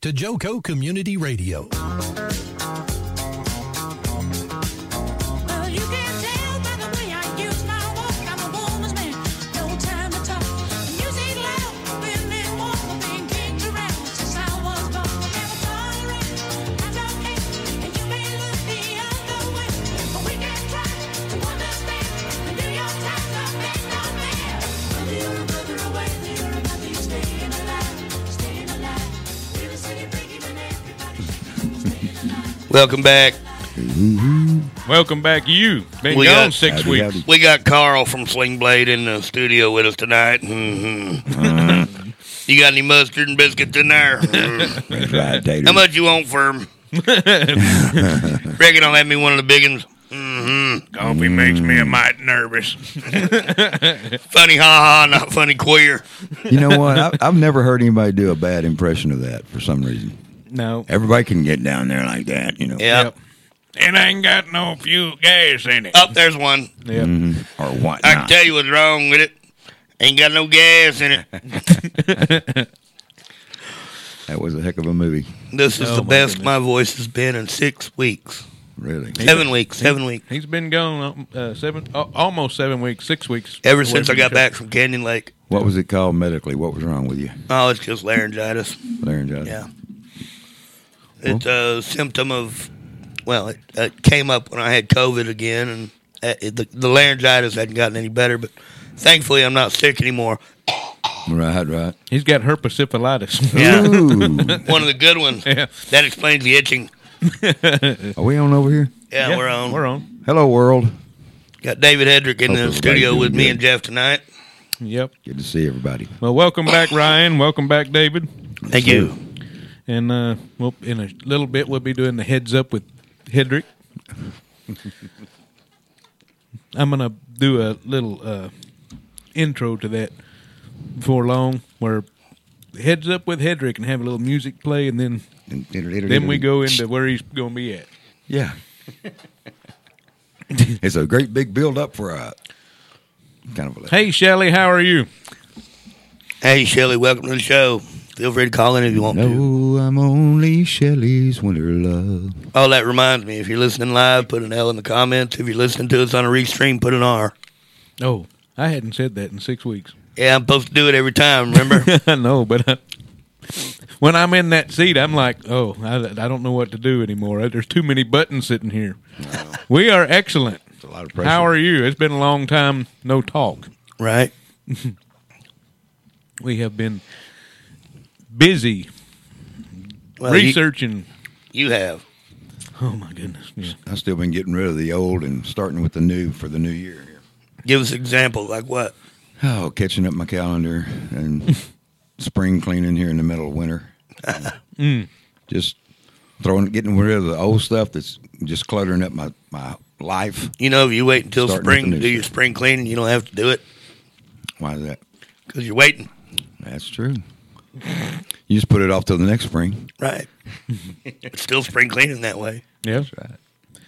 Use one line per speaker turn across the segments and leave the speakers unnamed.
To Joco Community Radio.
Welcome back.
Welcome back, you. Been
We
gone
got-
six
Howdy,
weeks.
howdy.
We got Carl from Sling Blade in the studio with us tonight. hmm you got any mustard and biscuits in there? Mhm.
That's right, Tater.
How much you want for 'em? Reckon I'll have me one of the big ones. hmm
Coffee makes me a mite nervous.
Funny, ha ha, not funny, queer.
You know what? I, I've never heard anybody do a bad impression of that for some reason.
No.
Everybody can get down there like that, you know.
Yeah.
Yep. It ain't got no fuel gas in it.
Up Oh, there's one.
Yep.
Mm-hmm.
Mhm. Or
I
whatnot.
can tell you what's wrong with it. Ain't got no gas in it.
That was a heck of a movie,
This is
Oh,
the
my
best
goodness.
my voice has been in six weeks,
really.
seven weeks, seven weeks.
He's been gone uh, seven, uh, almost seven weeks, six weeks.
Ever
away
since I
from
got
the show.
back from Canyon Lake.
What was it called medically? What was wrong with you,
Oh, it's just laryngitis.
laryngitis?
Yeah. It's a symptom of, well, it, it came up when I had COVID again, and uh, it, the, the laryngitis hadn't gotten any better, but thankfully I'm not sick anymore.
Right, right.
He's got herpesiphylitis.
Yeah.
Ooh,
One of the good ones.
Yeah.
That explains the itching.
are we on over here?
Yeah, we're on.
We're on.
Hello, world.
Got David Hedrick in
Hope
the
everybody's
studio
doing
with me
good.
and Jeff tonight.
Yep.
Good to see everybody.
Well, welcome back, Ryan. Welcome back, David.
Thank you.
And uh, we'll, in a little bit, we'll be doing the heads up with Hedrick. I'm going to do a little uh, intro to that before long, where heads up with Hedrick and have a little music play, and then then we go into where he's going to be at.
Yeah. it's a great big build up for a kind of a
Hey, Shelly, how are you?
Hey, Shelly, welcome to the show. Feel free to call in if you want to.
No, I'm only Shelley's winter love.
Oh, that reminds me. If you're listening live, put an L in the comments. If you're listening to us on a restream, put an R.
Oh, I hadn't said that in six weeks.
Yeah, I'm supposed to do it every time, remember?
I know, but I, when I'm in that seat, I'm like, oh, I, I don't know what to do anymore. Uh, There's too many buttons sitting here. We are excellent.
It's a lot of pressure.
How are you? It's been a long time, no talk.
right.
We have been busy
Well, you-
researching.
You, have.
oh my goodness! Yeah.
I've still been getting rid of the old and starting with the new for the new year here.
Give us examples like what?
Oh, catching up my calendar and spring cleaning here in the middle of winter. Just throwing, getting rid of the old stuff that's just cluttering up my, my life.
You know, if you wait until
Starting with
spring
the
to
new
do your
shit.
spring cleaning, you don't have to do it
Why is that?
because you're waiting.
That's true. You just put it off till the next spring.
Right. it's still spring cleaning that way.
Yeah.
right.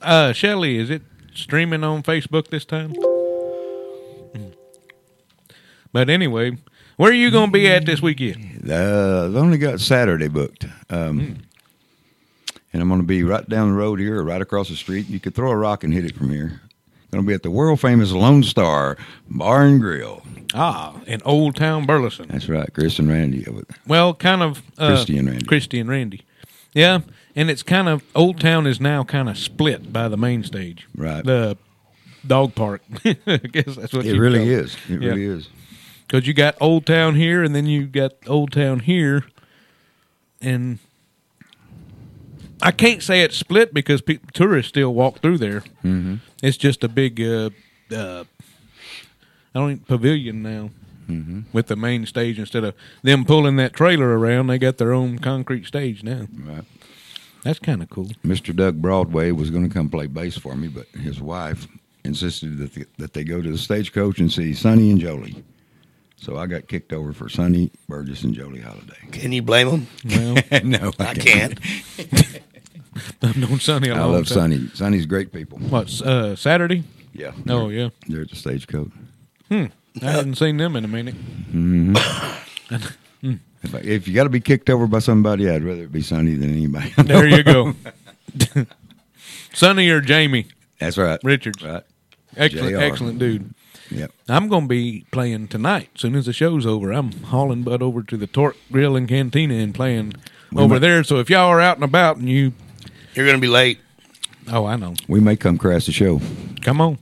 Uh, Shelly, is it streaming on Facebook this time? But anyway, where are you going to be at this weekend?
Uh, I've only got Saturday booked. Um, And I'm going to be right down the road here or right across the street. You could throw a rock and hit it from here. Going to be at the world famous Lone Star Bar and Grill.
Ah, in Old Town Burleson.
That's right, Chris and Randy. over there.
Well, kind of uh,
Christie and Randy.
Christie and Randy. Yeah, and it's kind of Old Town is now kind of split by the main stage.
Right.
The dog park. I guess that's what
It really is. It
Yeah.
really is.
Because you got Old Town here, and then you got Old Town here, and I can't say it's split because pe- tourists still walk through there. Mm-hmm. It's just a big, uh, uh, I don't even, pavilion now. with the main stage instead of them pulling that trailer around. They got their own concrete stage now.
Right.
That's kind of cool.
Mr. Doug Broadway was going to come play bass for me, but his wife insisted that the, that they go to the stagecoach and see Sonny and Jolie. So I got kicked over for Sonny Burgess and Jolie Holiday.
Can you blame them?
Well,
no,
I can't.
I've known Sonny a
I
long
love
time.
Sonny. Sonny's great people.
What uh, Saturday?
Yeah.
Oh yeah,
They're at the stagecoach.
I hadn't seen them in a minute.
If, I, if you got to be kicked over by somebody, I'd rather it be Sonny than anybody.
There you go. Sonny or Jamie,
That's right.
Richards.
Right.
excellent,
JR.
excellent dude.
Yep.
I'm going to be playing tonight. Soon as the show's over, I'm hauling Bud over to the Torque Grill and Cantina and playing over
might-
there. So if y'all are out and about and you,
You're gonna be late.
oh, I know.
We may come crash the show.
Come on.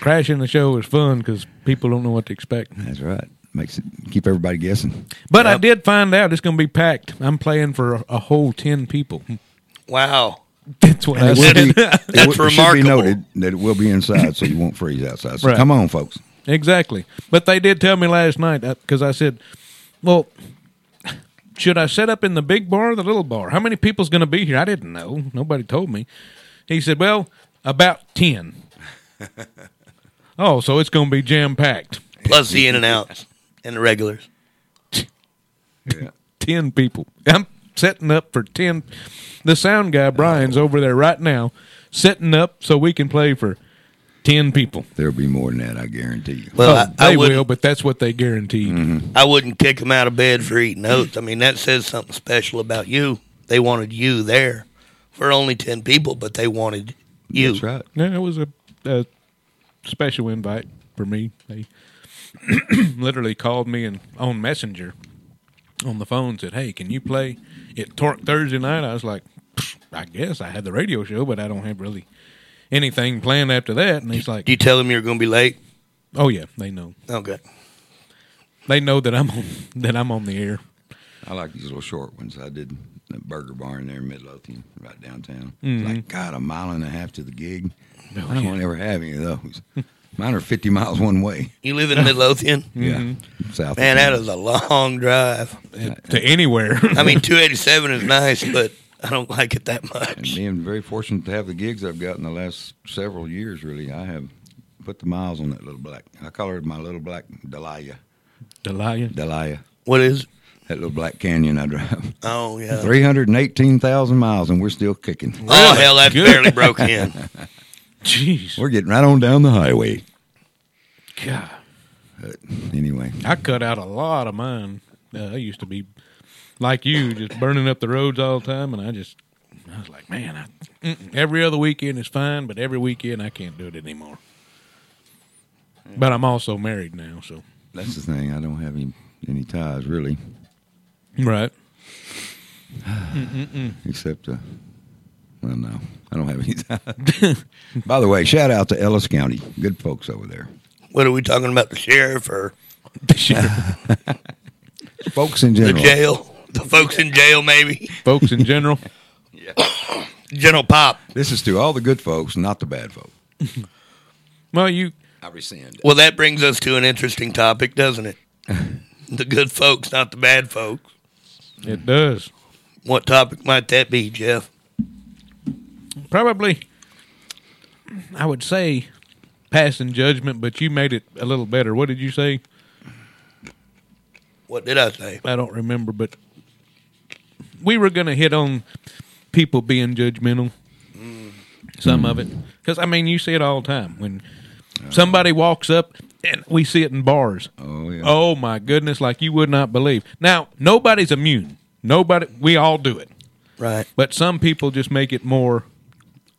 Crashing the show is fun because people don't know what to expect.
That's right. Makes it keep everybody guessing.
But I
Yep.
did find out it's going to be packed. I'm playing for a, a whole 10 people.
Wow.
That's what I
It will
said.
be- it
That's
will- it should be
remarkable.
noted that it will be inside, so you won't freeze outside. So
Right.
come on, folks.
Exactly. But they did tell me last night because I said, "Well, should I set up in the big bar or the little bar? How many people's going to be here?" I didn't know. Nobody told me. He said, "Well, about 10." oh, so it's going to be jam packed.
Plus the in and outs and the regulars.
10 people. I'm setting up for 10. The sound guy Brian's over there right now setting up so we can play for 10 people.
There'll be more than that, I guarantee you.
Well,
oh,
I, I
they
would.
will, but that's what they guaranteed.
I wouldn't kick them out of bed for eating oats. I mean, that says something special about you. They wanted you there for only 10 people, but they wanted you.
That's right.
Yeah, it was a, a special invite for me. They literally called me and on Messenger on the phone said, "Hey, can you play at Torque Thursday night?" I was like, "Pfft, "I guess I had the radio show, but I don't have really anything planned after that." And he's like,
Do you tell them you're going to be late?
"Oh yeah, they know.
Okay.
They know that I'm on, that I'm on the air."
I like these little short ones. I did the Burger Barn there in Midlothian, right downtown. It's like, God, a mile and a half to the gig. I don't want to ever have any of those. Mine are 50 miles one way.
You live in Midlothian?
Yeah. South.
Man,
of
that
town.
is a long drive.
To anywhere,
I mean, 287 is nice, but I don't like it that
And
much.
being very fortunate to have the gigs I've got in the last several years, really, I have put the miles on that little black. I call her my little black Delia.
Delia.
Delia.
What is?
That little black canyon I drive.
Oh, yeah.
318,000 miles, and we're still kicking.
Oh,
Really?
hell, that
Good.
barely broke in.
Jeez,
We're getting right on down the highway.
God.
Anyway,
I cut out a lot of mine. Uh, I used to be like you, just burning up the roads all the time, and I just I was like, man, I, mm-mm. every other weekend is fine, but every weekend I can't do it anymore. But I'm also married now, so
that's the thing. I don't have any, any ties, really,
right.
except, uh, well, no, I don't have any ties. By the way, shout out to Ellis County. Good folks over there.
What are we talking about? The sheriff or
Folks in
the
general.
jail? The folks in jail, maybe?
Folks in general,
General Pop.
This is to all the good folks, not the bad folks.
well, you
I rescind.
Well, that brings us to an interesting topic, doesn't it? the good folks, not the bad folks.
it does
What topic might that be, Jeff?
probably. I would say passing judgment, but you made it a little better. What did you say?
What did I say?
I don't remember, but we were going to hit on people being judgmental. Some of it,
Mm.
because I mean, you see it all the time when somebody walks up, and we see it in bars.
Oh, yeah.
Oh my goodness, like you would not believe. Now nobody's immune. Nobody. We all do it,
Right.
but some people just make it more.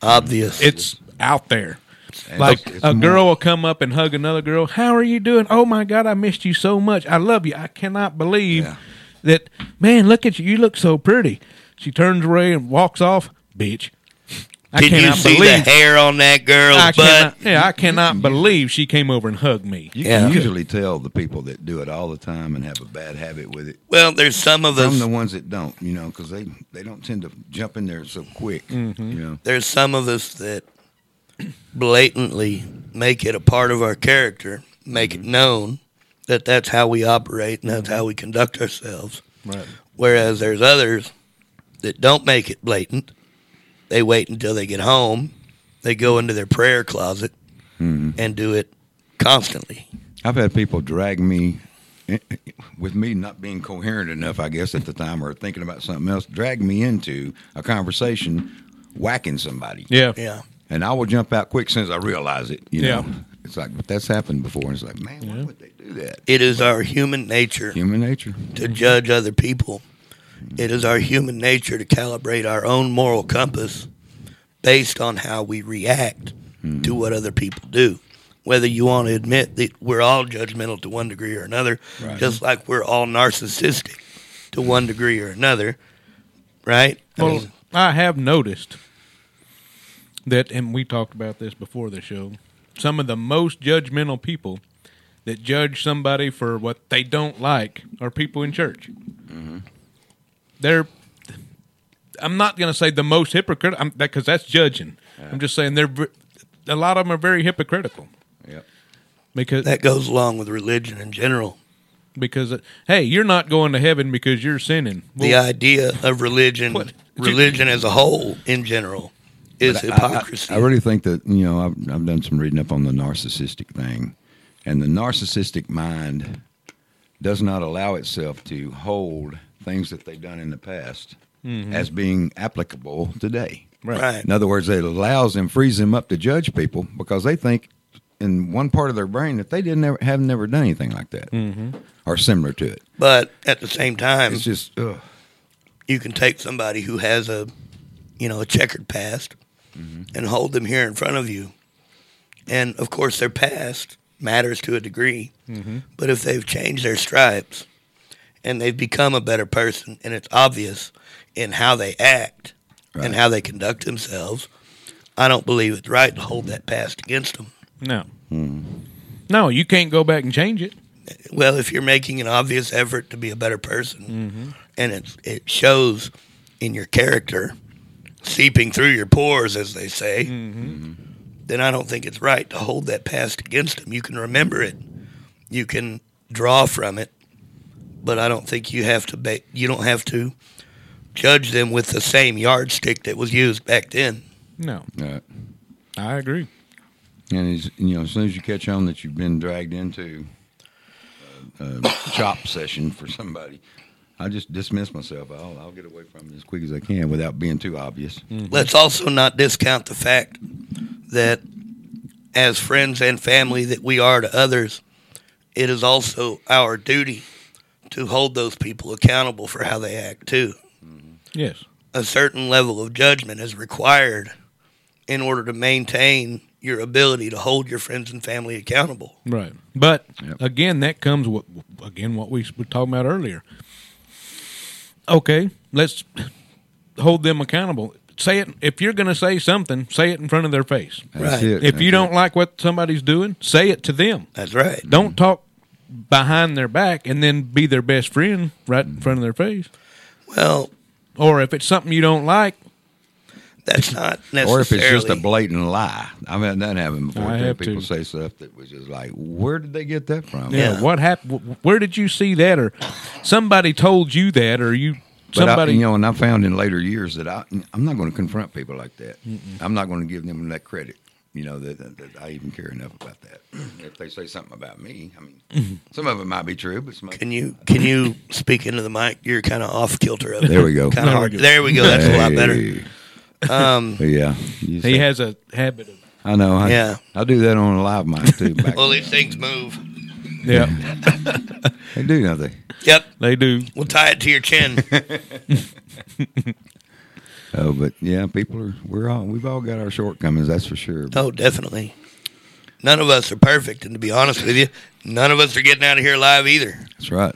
Obvious.
It's out there.
And
Like
it's- it's
a
more-
girl will come up and hug another girl. How are you doing? Oh my God, I missed you so much. I love you. I cannot believe
Yeah.
that. Man, look at you. You look so pretty. She turns away and walks off. Bitch. I
Did you
cannot
see
believe.
the hair on that girl's
I
butt?
cannot, yeah, I cannot believe she came over and hugged me.
You
Yeah.
can usually tell the people that do it all the time and have a bad habit with it
Well, there's some of
from
us.
the ones that don't, you know, because they, they don't tend to jump in there so quick, you know.
There's some of us that blatantly make it a part of our character, make it known, that that's how we operate and that's how we conduct ourselves.
Right.
Whereas there's others that don't make it blatant. They wait until they get home. They go into their prayer closet and do it constantly.
I've had people drag me with me not being coherent enough, I guess, at the time or thinking about something else, drag me into a conversation whacking somebody.
Yeah.
Yeah.
And I will jump out quick since I realize it. You
Yeah.
know. It's like but that's happened before. It's like, man, why would they do that?
It is our human nature
Human nature.
to judge other people. It is our human nature to calibrate our own moral compass based on how we react to
Hmm.
what other people do. Whether you want to admit that we're all judgmental to one degree or another, just like we're all narcissistic to one degree or another, right? I
Well,
mean,
I have noticed that, and we talked about this before the show, some of the most judgmental people that judge somebody for what they don't like are people in church. They're, I'm not going to say the most hypocritical, because that's judging. I'm just saying they're, ver- a lot of them are very hypocritical.
Yep.
Because
that goes along with religion in general.
because uh, hey, you're not going to heaven because you're sinning. Well,
the idea of religion,
What?
religion as a whole in general, is
But I- I-
hypocrisy.
I, really think that you know I've, I've done some reading up on the narcissistic thing, and the narcissistic mind does not allow itself to hold things that they've done in the past as being applicable today.
right.
Mm-hmm. right.
In other words, it allows them, frees them up to judge people because they think in one part of their brain that they didn't ever, have never done anything like that
Mm-hmm.
or similar to it.
But at the same time,
It's just ugh.
you can take somebody who has a you know a checkered past and hold them here in front of you and of course their past matters to a degree but if they've changed their stripes and they've become a better person and it's obvious in how they act
Right.
and how they conduct themselves i don't believe it's right to hold that past against them
No. No, you can't go back and change it.
well if you're making an obvious effort to be a better person and it, it shows in your character seeping through your pores as they say then i don't think it's right to hold that past against them you can remember it you can draw from it but i don't think you have to ba- you don't have to judge them with the same yardstick that was used back then
No,
uh,
I agree.
And as, you know, as soon as you catch on that you've been dragged into a, a chop session for somebody, I just dismiss myself. I'll, I'll get away from it as quick as I can without being too obvious.
Mm.
Let's also not discount the fact that as friends and family that we are to others, it is also our duty to hold those people accountable for how they act too.
Yes.
A certain level of judgment is required in order to maintain your ability to hold your friends and family accountable.
Right. But
Yep.
again, that comes with, again, what we were talking about earlier. Okay, let's hold them accountable. Say it. If you're going to say something, say it in front of their face.
Right.
That's it. Mm-hmm.
If you
That's
don't like what somebody's doing, say it to them.
That's right.
Don't talk behind their back and then be their best friend right in front of their face.
Well,
Or if it's something you don't like,
that's not
it.
necessarily.
or if it's just a blatant lie. I've had that happen before.
I
too.
have to.
People say stuff that was just like, where did they get that from?
Yeah.
Yeah.
What happened? Where did you see that? Or somebody told you that? Or you
But
somebody?
I, you know, and I found in later years that I, I'm not going to confront people like that. I'm not going to give them that credit. You know that, that, that I even care enough about that. if they say something about me, I mean,
Mm-hmm.
some of it might be true, but some. Of
Can you can you speak into the mic? You're kind of off kilter. of it.
There we go.
Kind
There
of
we
hard.
go.
There we go. That's a lot better. Um,
Hey. But yeah, you
he
say-
has a habit of
I know. I,
Yeah.
I do that on a live mic too. Back
Well,
then.
these things move.
yeah.
they do nothing.
Yep.
they do.
We'll tie it to your chin.
Oh, but yeah, people are. We're all. We've all got our shortcomings. That's for sure.
oh, definitely. None of us are perfect, and to be honest with you, none of us are getting out of here alive either.
That's right.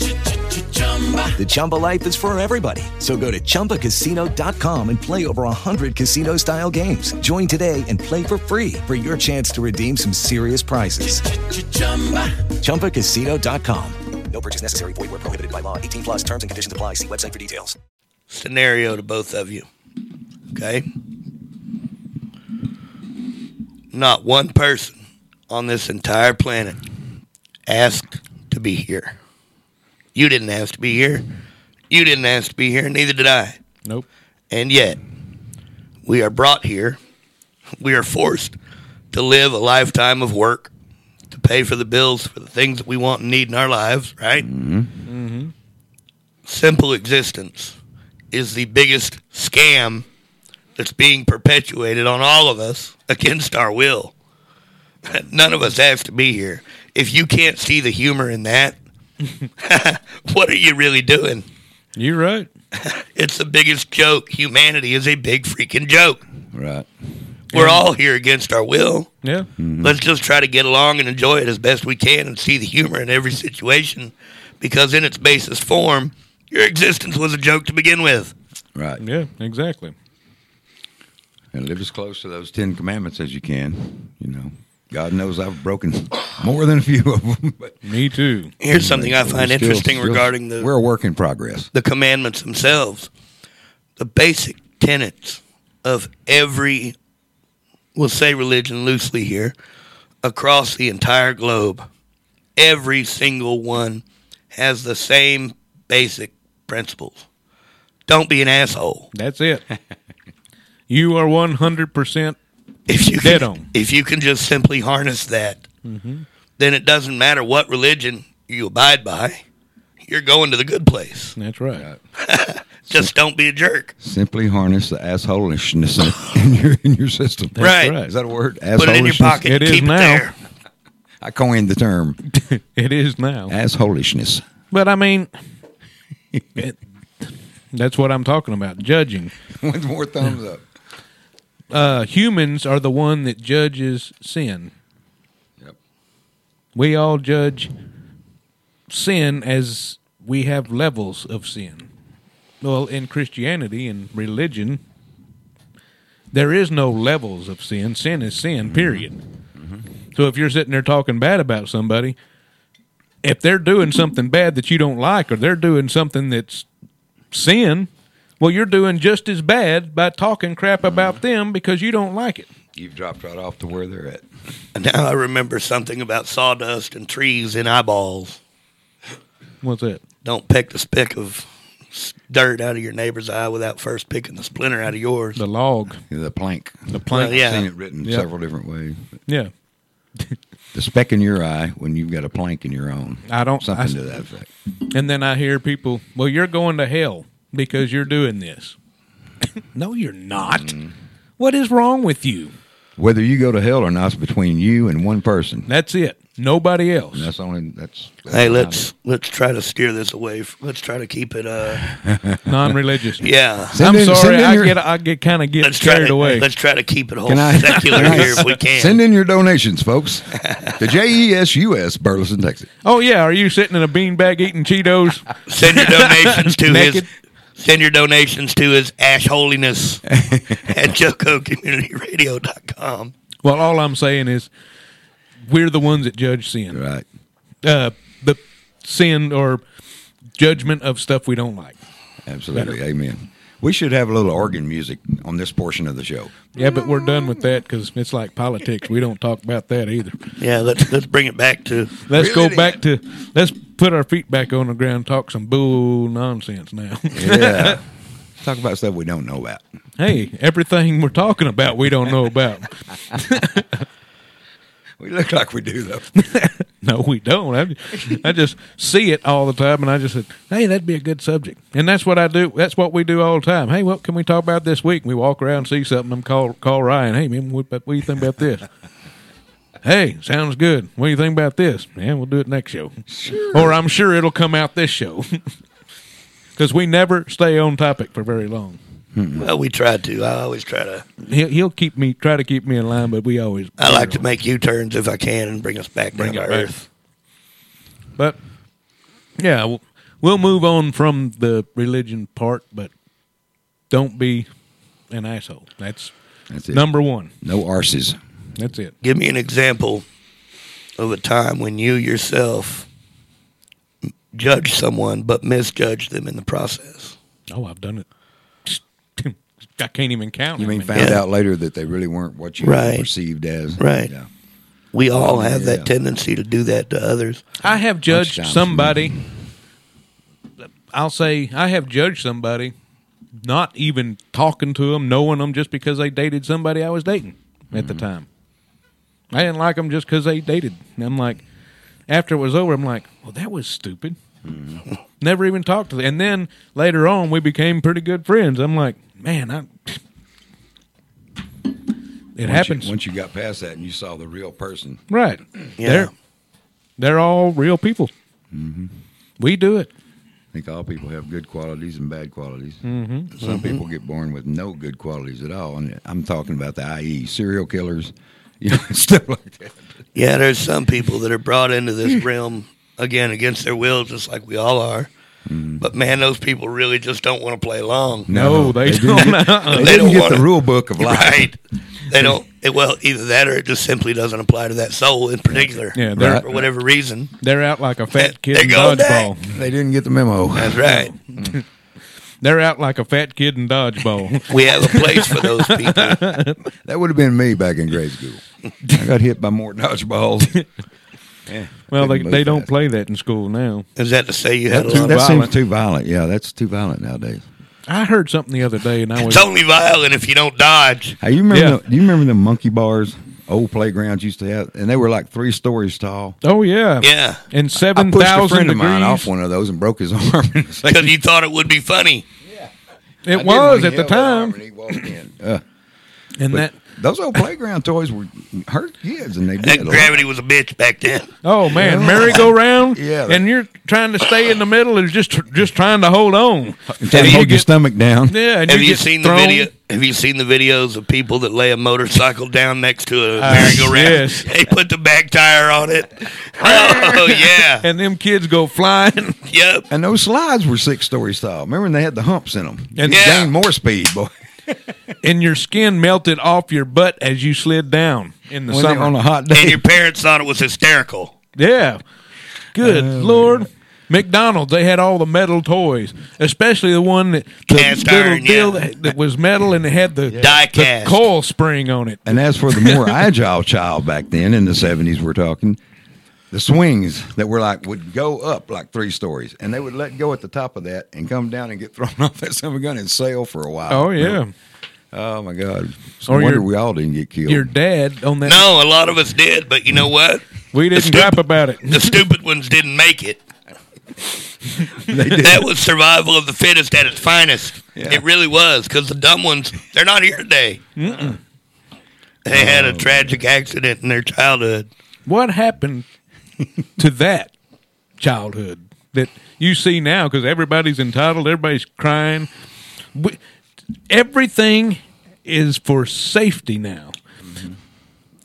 The Chumba life is for everybody. So go to ChumbaCasino.com and play over 100 casino style games. Join today and play for free for your chance to redeem some serious prizes. ChumbaCasino.com.
No purchase necessary. Void were prohibited by law. 18 plus terms and conditions apply. See website for details.
scenario to both of you. Okay? Not one person on this entire planet asked to be here. You didn't ask to be here. You didn't ask to be here. Neither did I.
Nope.
And yet, we are brought here. We are forced to live a lifetime of work, to pay for the bills for the things that we want and need in our lives, right? Mm-hmm. Simple existence is the biggest scam that's being perpetuated on all of us against our will. None of us asked to be here. If you can't see the humor in that, what are you really doing?
You're right.
It's the biggest joke. Humanity is a big freaking joke.
Right.
We're all here against our will.
Yeah.
Mm-hmm.
Let's just try to get along and enjoy it as best we can and see the humor in every situation because, in its basest form, your existence was a joke to begin with.
Right.
Yeah, exactly.
And live as close to those Ten Commandments as you can. You know, God knows I've broken more than a few of them. But
Me too.
Here's something I find
Still-
interesting
still-
regarding the
We're a work in progress.
the commandments themselves, the basic tenets of every, we'll say religion loosely here, across the entire globe, every single one has the same basic principles. Don't be an asshole.
That's it. you are 100%.
If you
Dead
can,
on.
if you can just simply harness that,
Mm-hmm.
then it doesn't matter what religion you abide by. You're going to the good place.
That's right.
Just don't be a jerk.
Simply harness the assholishness in your in your system.
Right.
right.
Is that a word?
Put it in your
Assholishness?
pocket.
It
and
is
keep
now.
it there.
I coined the term
It is now.
assholishness.
But I mean, it- that's what I'm talking about judging.
With more thumbs up.
Uh, humans are the one that judges sin.
Yep.
We all judge sin as we have levels of sin. Well, in Christianity and religion, there is no levels of sin. Sin is sin, period. So if you're sitting there talking bad about somebody, if they're doing something bad that you don't like or they're doing something that's sin, well, you're doing just as bad by talking crap about them because you don't like it.
You've dropped right off to where they're at.
Now I remember something about sawdust and trees and eyeballs.
What's that?
Don't pick the speck of s- dirt out of your neighbor's eye without first picking the splinter out of yours.
The log.
The plank. The
plank. Well, yeah.
I've seen it written
Yeah.
several different ways.
Yeah.
The speck in your eye when you've got a plank in your own.
I don't-
Something
I-
to that effect.
And then I hear people, well, you're going to hell because you're doing this. no, you're not.
Mm.
What is wrong with you?
Whether you go to hell or not is between you and one person.
That's it. Nobody else.
That's only that's.
hey, let's let's try to steer this away. f- Let's try to keep it. Uh,
Non religious.
yeah.
Send
I'm
in-
sorry.
send in
I
your-
get, I get kind of get
Let's try
carried
to
away.
let's try to keep it whole
Can I-
secular
can I
here if we can.
Send in your donations, folks. E To JESUS, Burleson, Texas.
Oh, yeah. Are you sitting in a beanbag eating Cheetos?
Send your donations to his.
Naked.
Send your donations to his ash holiness at jococommunityradio.com.
well, all I'm saying is we're the ones that judge sin.
Right.
Uh, the sin or judgment of stuff we don't like.
Absolutely. Amen. We should have a little organ music on this portion of the show.
Yeah, but we're done with that because it's like politics. We don't talk about that either.
Yeah, let's let's bring it back to
Let's
Reel it
go back to let's put our feet back on the ground, talk some bull nonsense now.
Yeah. Talk about stuff we don't know about.
hey, everything we're talking about we don't know about.
We look like we do, though.
No, we don't. I just, I just see it all the time, and I just said, "Hey, that'd be a good subject." And that's what I do. That's what we do all the time. Hey, what can we talk about this week? And we walk around, see something, and call call Ryan. Hey, man, what, what do you think about this?
Hey, sounds good. What do you think about this? Yeah, we'll do it next show. Or I'm sure it'll come out this show. Because we never stay on topic for very long.
Well, we try to. I always try to.
He'll, he'll keep me, try to keep me in line, but we always.
I like to make U turns if I can and bring us back
Bring
down
it
to
back.
earth.
But yeah, we'll, we'll move on from the religion part, but don't be an asshole. That's,
That's it.
number one.
No arses.
That's it.
Give me an example of a time when you yourself judged someone but misjudged them in the process.
Oh, I've done it. I can't even count.
You
how
mean
many.
found
Yeah.
out later that they really weren't what you
Right.
perceived as?
Right.
Yeah.
We all
Oh,
have that
Yeah.
tendency to do that to others.
I have judged
Lunchtime.
somebody. I'll say I have judged somebody, not even talking to them, knowing them just because they dated somebody I was dating at
Mm-hmm.
the time. I didn't like them just because they dated. And I'm like, after it was over, I'm like, well, that was stupid.
Mm-hmm.
Never even talked to them. And then later on, we became pretty good friends. I'm like, man, I. It
Once you-
happens.
once you got past that and you saw the real person.
Right.
Yeah.
They're they're all real people.
Mm-hmm.
We do it.
I think all people have good qualities and bad qualities. Mm-hmm. Some people get born with no good qualities at all, and I'm talking about the IE serial killers, you know, stuff like that.
Yeah, there's some people that are brought into
Hmm.
this realm again against their will, just like we all are. But man, those people really just don't want to play along.
Hmm. No, they,
didn't
don't.
get-
Uh-uh.
They,
They
didn't
don't
get
wanna-
the rule book of life.
Right. They don't. It, well, either that or it just simply doesn't apply to that soul in particular.
Yeah, they're-
for whatever reason.
They're out like a fat kid
They
in
go
dodgeball.
They didn't get the memo.
That's right.
They're out like a fat kid in dodgeball.
We have a place for those people.
That would have been me back in grade school. I got hit by more dodgeballs. Yeah,
well, they,
couldn't move
they don't
fast.
play that in school now.
Is that to say you had
That,
a lot
that
of?
seems
violent.
too violent. Yeah, that's too violent nowadays.
I heard something the other day, and I was
It's only violent if you don't dodge.
Hey, you remember?
Yeah.
The, do you remember the monkey bars? Old playgrounds used to have, and they were like three stories tall.
oh yeah,
Yeah.
and
I
seven
pushed a
thousand
friend
degrees.
of mine off one of those and broke his arm. It
Because you thought it would be funny.
It was at the time,
Uh,
and that
those old playground toys were hurt kids, and they
That
did. a lot.
gravity was a bitch back then.
oh man, merry-go-round,
Yeah, that-
and you're trying to stay in the middle, and just just trying to hold on.
Trying
And
to
you
hold your
get-
stomach down.
Yeah, and
Have
you,
you
get
seen
thrown.
the video? Have you seen the videos of people that lay a motorcycle down next to a merry-go-round?
yes.
They put the back tire on it. Oh yeah,
and them kids go flying.
yep.
And those slides were six stories tall. Remember when they had the humps in them?
And-
you
Yeah.
gained more speed, boy.
and your skin melted off your butt as you slid down in the
When they-
summer.
on a hot
And
day.
your parents thought it was hysterical.
yeah. Good
Oh,
Lord. McDonald's, they had all the metal toys, especially the one that the
Cast
little
iron,
deal
yeah.
that, that was metal and it had the,
Die
the
cast.
coil spring on it.
And as for the more agile child back then in the seventies, we're talking the swings that were like would go up like three stories, and they would let go at the top of that and come down and get thrown off that summer gun and sail for a while.
Oh yeah,
Oh my God! It's
Or
no wonder
your-
we all didn't get killed.
your dad on that.
No, a lot of us did, but you know what?
we didn't
stupid-
rap about it.
The stupid ones didn't make it.
They did.
That was survival of the fittest at its finest.
Yeah.
It really was, because the dumb ones, they're not here today. They had
Oh.
a tragic accident in their childhood.
What happened to that childhood that you see now? Because everybody's entitled, everybody's crying. We, everything is for safety now.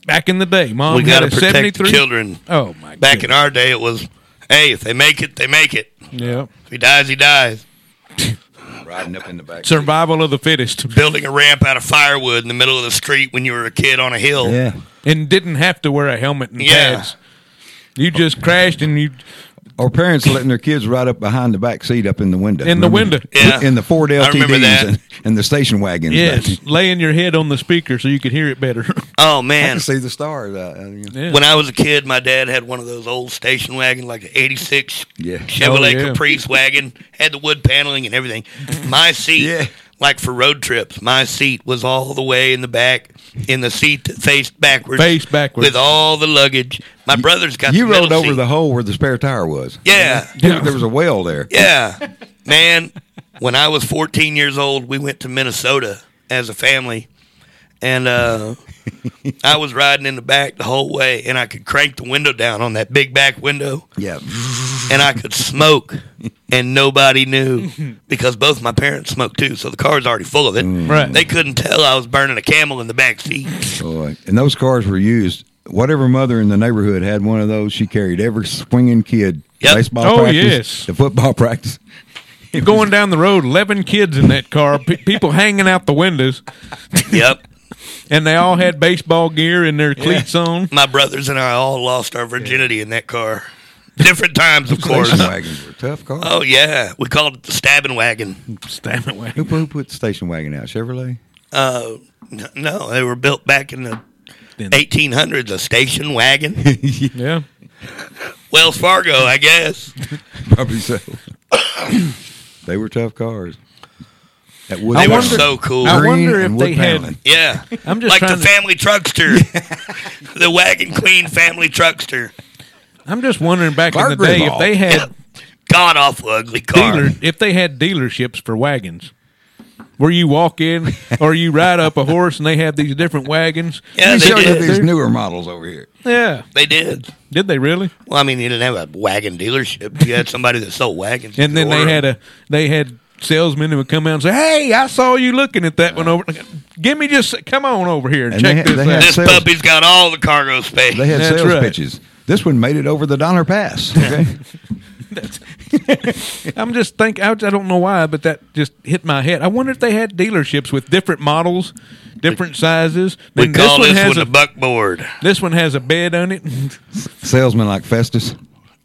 Back in the day, mom
we got
had
to
a
protect the
73.
children.
Oh my!
Back in our day, it was, hey, if they make it, they make it.
in yeah,
If he dies, he dies.
riding up in the back.
survival of the fittest,
Building a ramp out of firewood in the middle of the street when you were a kid on a hill.
Yeah.
and didn't have to wear a helmet and
Yeah.
pads. You just crashed and you
Or parents letting their kids ride up behind the back seat up in the window.
In the
Remember?
window.
Yeah.
In the Ford
I
LTDs
remember that.
And, and the station wagons. back
yes, laying your head on the speaker so you could hear it better.
Oh,
then. I
man.
can see the stars. out, uh, you know.
Yeah.
When I was a kid, my dad had one of those old station wagons, like an '86
Yeah.
Chevrolet
Oh, yeah.
Caprice wagon, had the wood paneling and everything. My seat,
Yeah.
like for road trips, my seat was all the way in the back, in the seat that faced backwards,
Face backwards.
with all the luggage. My brother's got
You
the
rolled
middle
over
seat.
the hole where the spare tire was.
yeah,
There- There was a well there.
yeah, man. When I was 14 years old, we went to Minnesota as a family, and uh, I was riding in the back the whole way, and I could crank the window down on that big back window,
Yeah.
and I could smoke, and nobody knew because both my parents smoked too, so the car was already full of it.
Right.
They couldn't tell I was burning a camel in the back seat.
Boy. And those cars were used. Whatever mother in the neighborhood had one of those, she carried every swinging kid.
Yep.
Baseball
Oh,
practice,
yes.
the football practice.
You're going down the road, 11 kids in that car, pe people hanging out the windows,
yep.
and they all had baseball gear and their cleats on.
My brothers and I all lost our virginity in that car. Different times, of course.
Station wagons were tough cars.
Oh yeah, we called it the stabbing wagon.
Stab it, wait.
Who, who put the station wagon out? Chevrolet?
Uh, n- no, they were built back in the
Then-
1800s. A station wagon,
Yeah.
Wells Fargo, I guess.
Probably so. they were tough cars. That wood
They were
paneling.
so cool.
I
Green
wonder if
and wood
they had-
paneling.
Yeah,
I'm just
like the
trying to-
family truckster, the wagon queen family truckster.
I'm just wondering back in
Clark
the day if
Griswold.
they had
God awful ugly car.
dealer if they had dealerships for wagons. Where you walk in or you ride up a horse and they have these different wagons.
Yeah,
You
they
sure
did.
that there's newer models over here.
Yeah.
They did.
Did they really?
Well, I mean, you didn't have a wagon dealership. You had somebody that sold wagons.
And then
You
they
order
had
them.
a they had salesmen who would come out and say, "Hey, I saw you looking at that one over. Give me just come on over here and,
And
check
they had-
this
they
out."
had-
This
sales-
puppy's got all the cargo space.
They had
That's
sales
right.
pitches. This one made it over the Donner Pass. Okay.
I'm just think I, I don't know why, but that just hit my head. I wonder if they had dealerships with different models, different sizes.
we
Then
call this one,
has
the
a,
buckboard.
this one has a bed on it.
Salesman like Festus.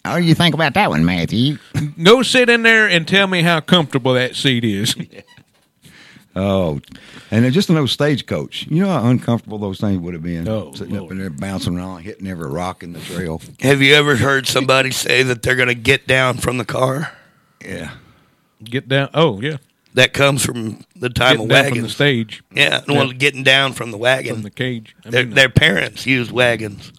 What do you think about that one, Matthew?
Go sit in there and tell me how comfortable that seat is.
Oh, and then just an old stagecoach. You know how uncomfortable those things would have been.
Oh,
sitting up
Lord.
in there, bouncing around, hitting every rock in the trail.
Have you ever heard somebody say that they're going to get down from the car?
Yeah.
Get down. Oh yeah,
That comes from the time
get
of
down from the
wagons.
stage,
yeah, the
Yeah.
one getting down from the wagon.
from the cage. I
their,
mean, Mm-hmm.
their parents used wagons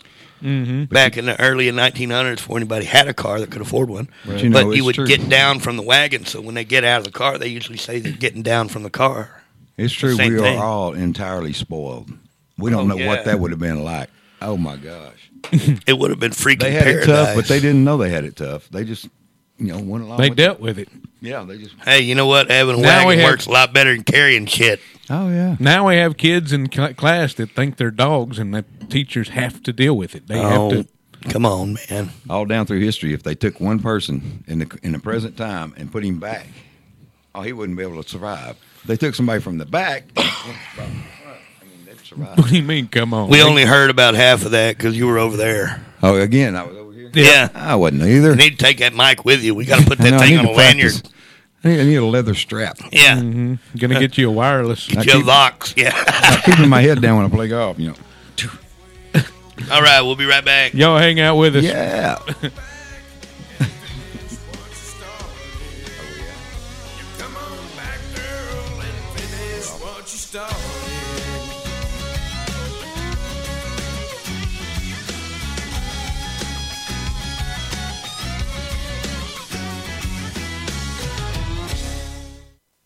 back in the early 1900s before anybody had a car that could afford one.
you know,
but you
it's
would
true.
get down from the wagon. So when they get out of the car, they usually say they're getting down from the car.
It's true.
Same
We
thing.
are all entirely spoiled. We don't
Oh,
know
yeah.
what that would have been like. Oh my gosh,
It would have been freaking
they had
paradise.
it tough, but they didn't know they had it tough. They just, you know, went along.
they
with
dealt with it.
It. Yeah, they just.
Hey, you know what? Having a
Now we
wagon
have-
works a lot better than carrying shit.
Oh yeah.
Now we have kids in cl- class that think they're dogs, and the teachers have to deal with it. They
Oh,
have to.
come on, man.
All down through history, if they took one person in the in the present time and put him back, oh, he wouldn't be able to survive. They took somebody from the back. I mean, they'd survive.
What do you mean? Come on.
We only heard about half of that because you were over there.
Oh, again, I was over here.
Yeah.
I wasn't either.
You need to take that mic with you. We got to put
I
that
know, I
thing
need
on
to
a lanyard.
practice. I need, I need a leather strap.
Yeah.
gonna get you a wireless.
I
Joe
keep-
Vox. Yeah.
I'm keeping my head down when I play golf. You know.
All right. We'll be right back.
Y'all hang out with us.
Yeah.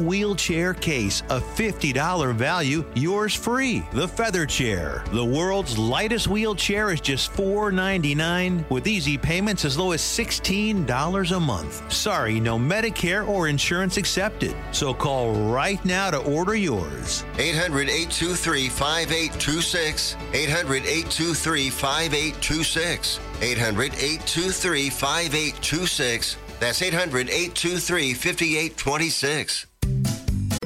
wheelchair case, a $50 value, yours free. The Feather Chair, the world's lightest wheelchair, is just $4.99 with easy payments as low as $16 a month. Sorry, no Medicare or insurance accepted. So call right now to order yours.
800 823 5826. 800 823 5826. 800 823 5826. That's 800 823 5826.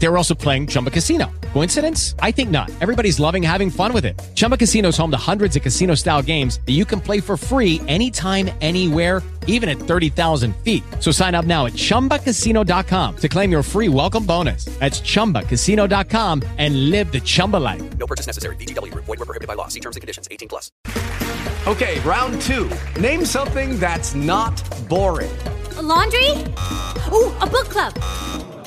they were also playing Chumba Casino. Coincidence? I think not. Everybody's loving having fun with it. Chumba Casino is home to hundreds of casino style games that you can play for free anytime, anywhere, even at 30,000 feet. So sign up now at chumbacasino.com to claim your free welcome bonus. That's chumbacasino.com and live the Chumba life.
No purchase necessary. VGW Group. Void were prohibited by law. See terms and conditions. 18 plus.
Okay, round two. Name something that's not boring.
A laundry? Ooh, a book club.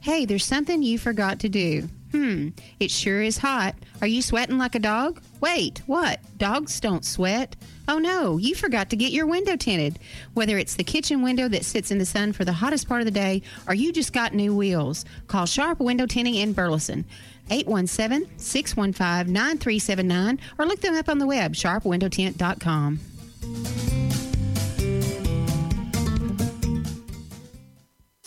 Hey, there's something you forgot to do. Hmm, it sure is hot. Are you sweating like a dog? Wait, what? Dogs don't sweat. Oh no, you forgot to get your window tinted. Whether it's the kitchen window that sits in the sun for the hottest part of the day, or you just got new wheels, call Sharp Window Tinting in Burleson. 817 615 9379 or look them up on the web, sharpwindowtint.com.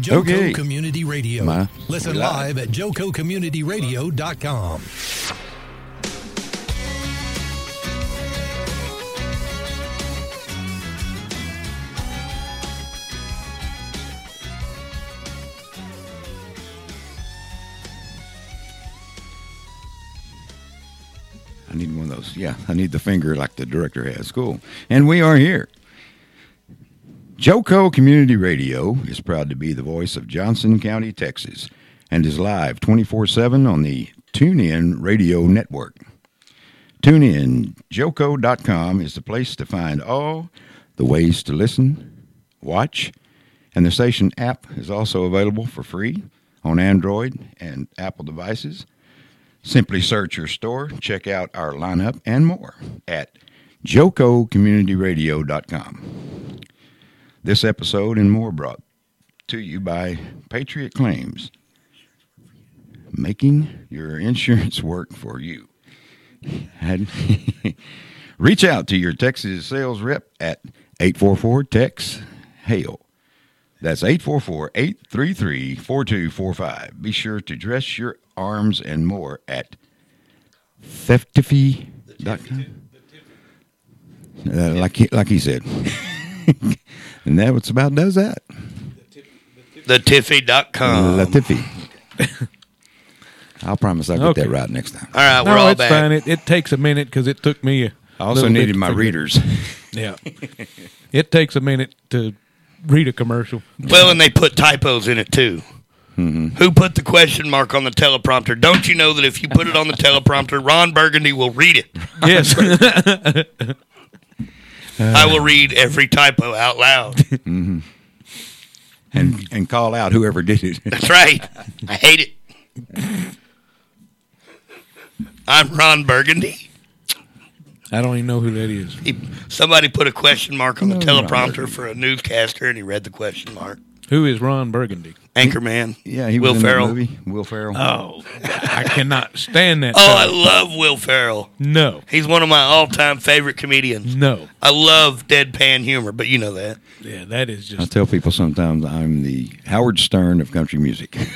Joco
Okay.
Community Radio.
Ma.
Listen
We
live
live.
at jococommunityradio.com.
I need one of those. Yeah, I need the finger like the director has. Cool. And we are here. Joco Community Radio is proud to be the voice of Johnson County, Texas, and is live 24 7 on the TuneIn Radio Network. TuneIn, Joco.com is the place to find all the ways to listen, watch, and the station app is also available for free on Android and Apple devices. Simply search your store, check out our lineup, and more at jococommunityradio.com. This episode and more brought to you by Patriot Claims, making your insurance work for you. And reach out to your Texas sales rep at 844 Tex Hale. That's 844 833 4245. Be sure to dress your arms and more at theftify.com. Uh, like, he, like he said. and that what's about does that.
The Tiffy.com.
La Tiffy. I'll promise I'll get
Okay.
that right next time.
All right,
no,
we're all
it's
back.
fine. It, it takes a minute because it took me. A
I also
little bit
needed
to
my
figure-
readers.
Yeah, it takes a minute to read a commercial.
Well, and they put typos in it too.
Mm-hmm.
Who put the question mark on the teleprompter? Don't you know that if you put it on the teleprompter, Ron Burgundy will read it?
Yes.
I will read every typo out loud.
Mhm. And and call out whoever did it.
That's right. I hate it. I'm Ron Burgundy.
I don't even know who that is.
He, somebody put a question mark on the
No, Ron
teleprompter
Burgundy.
for a newscaster, and he read the question mark.
Who is Ron Burgundy?
Anchorman.
Yeah, he was
Will
in that
Ferrell.
movie. Will Ferrell.
Oh, I cannot stand that.
Oh, I
fellow.
love Will Ferrell.
No,
He's one of my all-time favorite comedians.
no.
I love deadpan humor, but you know that.
Yeah, that is just
I tell people sometimes I'm the Howard Stern of country music.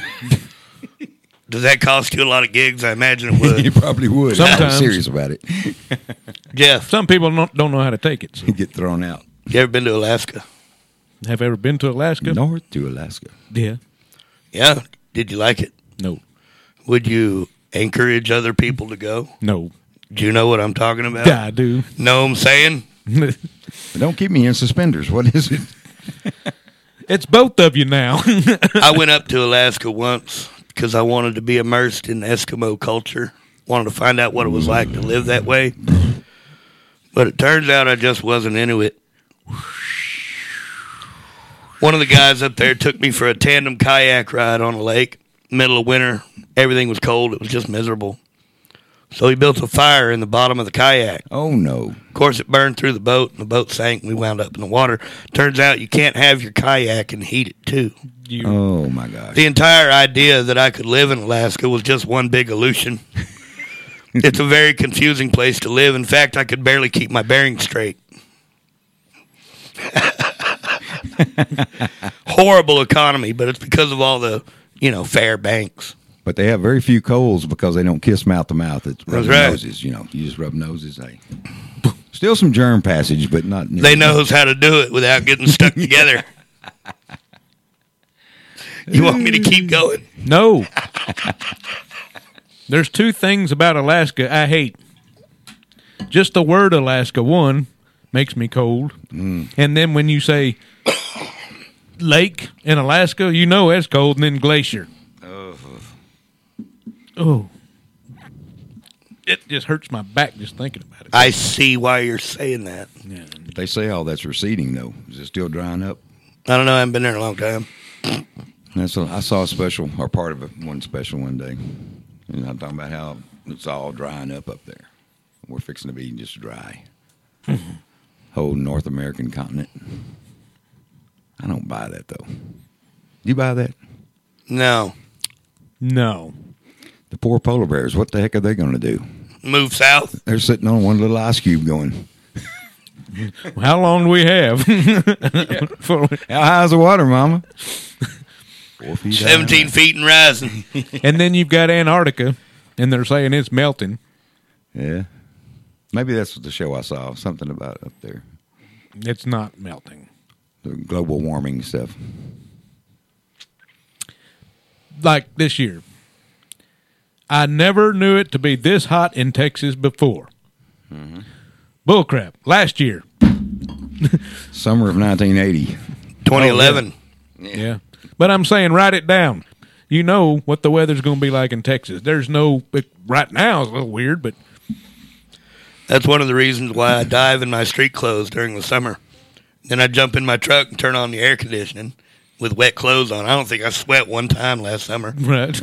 Does that cost you a lot of gigs? I imagine it
you
would.
probably would. if I was
Sometimes.
serious about it.
Jeff,
some people don't, don't know how to take it. So.
You get thrown out
you ever been to Alaska?
Have you ever been to Alaska?
north to Alaska.
Yeah.
Yeah. Did you like it?
No.
Would you encourage other people to go?
No.
Do you know what I'm talking about?
Yeah, I do.
Know what I'm saying?
But don't keep me in suspenders. What is it?
it's both of you now.
I went up to Alaska once because I wanted to be immersed in Eskimo culture. Wanted to find out what it was like to live that way. But it turns out I just wasn't into it. One of the guys up there took me for a tandem kayak ride on a lake, middle of winter. Everything was cold. It was just miserable. So he built a fire in the bottom of the kayak.
Oh no!
Of course, it burned through the boat, and the boat sank. And we wound up in the water. Turns out you can't have your kayak and heat it too.
oh my gosh!
The entire idea that I could live in Alaska was just one big illusion. it's a very confusing place to live. In fact, I could barely keep my bearings straight. Horrible economy, but it's because of all the, you know, fair banks.
But they have very few coals because they don't kiss mouth to mouth. It's
That's
rubbing
right.
noses. You know, you just rub noses. Hey. Still some germ passage, but not. near-
They knows how to do it without getting stuck together. You want me to keep going?
No. There's two things about Alaska I hate. Just the word Alaska, one, makes me cold. And then when you say lake in Alaska, you know it's cold, and then glacier. Oh. It just hurts my back just thinking about it.
I see why you're saying that.
They say all that's receding though. Is it still drying up?
I don't know. I haven't been there in a long time.
That's what- I saw a special or part of a, one special one day, and I'm talking about how it's all drying up up there. We're fixing to be just dry. Mm-hmm. Whole North American continent. I don't buy that though. You buy that?
No.
No.
The poor polar bears. What the heck are they going to do?
Move south.
They're sitting on one little ice cube going.
How long do we have? For-
How high's the water, Mama? Four feet high.
17 feet and rising.
and then you've got Antarctica, and they're saying it's melting.
Yeah. Maybe that's what the show I saw. Something about up there.
It's not melting.
The global warming stuff.
Like this year. I never knew it to be this hot in Texas before. Bullcrap. Last year.
Summer of 1980.
2011.
Yeah. But I'm saying write it down. You know what the weather's going to be like in Texas. There's no, it, right now it's a little weird, but
That's one of the reasons why I dive in my street clothes during the summer. Then I jump in my truck and turn on the air conditioning with wet clothes on. I don't think I sweat one time last summer.
Right.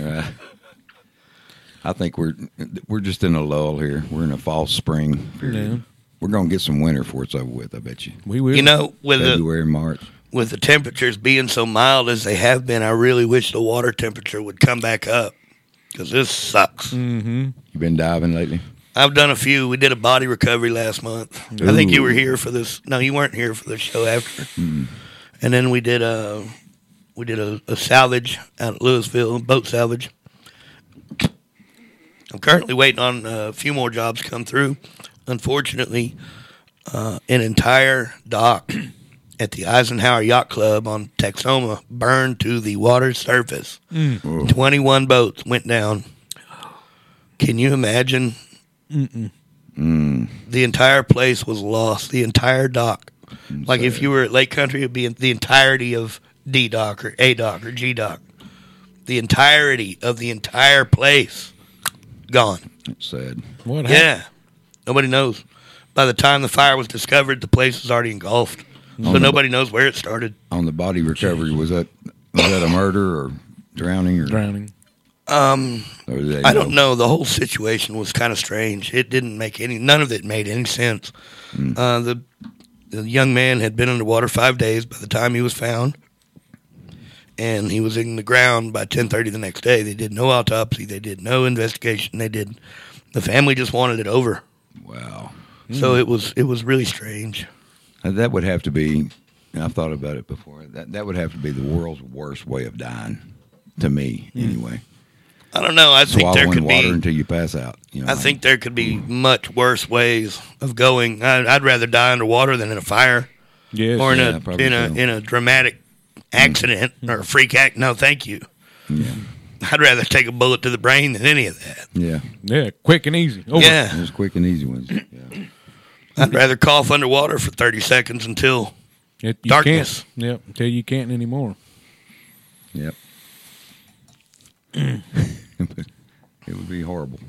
I think we're we're just in a lull here. We're in a false spring. period.
Yeah.
We're gonna get some winter before it's over with. I bet you.
We
will. You know, with the-
February, March.
With the temperatures being so mild as they have been, I really wish the water temperature would come back up because this sucks.
Mm-hmm. You been diving lately?
I've done a few. We did a body recovery last month. I think you were
Ooh.
here for this. No, you weren't here for the show after.
Mm.
And then we did a we did a, a salvage out at Louisville, boat salvage. I'm currently waiting on uh, a few more jobs to come through. Unfortunately, uh, an entire dock at the Eisenhower Yacht Club on Texoma burned to the water's surface.
Mm.
21 boats went down. Can you imagine?
mm-mm.
Mm.
The entire place was lost. The entire dock. Like if you were at Lake Country, it'd be the entirety of D dock or A dock or G dock. The entirety of the entire place gone.
It's sad.
What
Yeah, nobody knows. By the time the fire was discovered, the place was already engulfed, so
the-
nobody knows where it started.
On the body recovery, was that was that a murder or drowning or
drowning?
Um,
Or they
I don't know. The whole situation was kind of strange. It didn't make any. None of it made any sense. Uh, the the young man had been underwater five days by the time he was found, and he was in the ground by ten thirty the next day. They did no autopsy. They did no investigation. They did. The family just wanted it over.
Wow.
So
Mm.
it was it was really strange.
Uh, That would have to be. and I've thought about it before. That that would have to be the world's worst way of dying, to me anyway.
I don't know. I think there
Swallowing
could
water
be.
until you pass out. You know,
I think there could be much worse ways of going. I, I'd rather die underwater than in a fire.
Yes.
or in
Yeah,
a
probably
in a
so.
in a dramatic accident or a freak act. No, thank you. I'd rather take a bullet to the brain than any of that.
Yeah.
Yeah, quick and easy. Oh, Over.
Yeah.
Those quick and easy ones.
I'd rather cough underwater for thirty seconds until
It, you
darkness.
Can't, yep, until you can't anymore.
Yep. it would be horrible.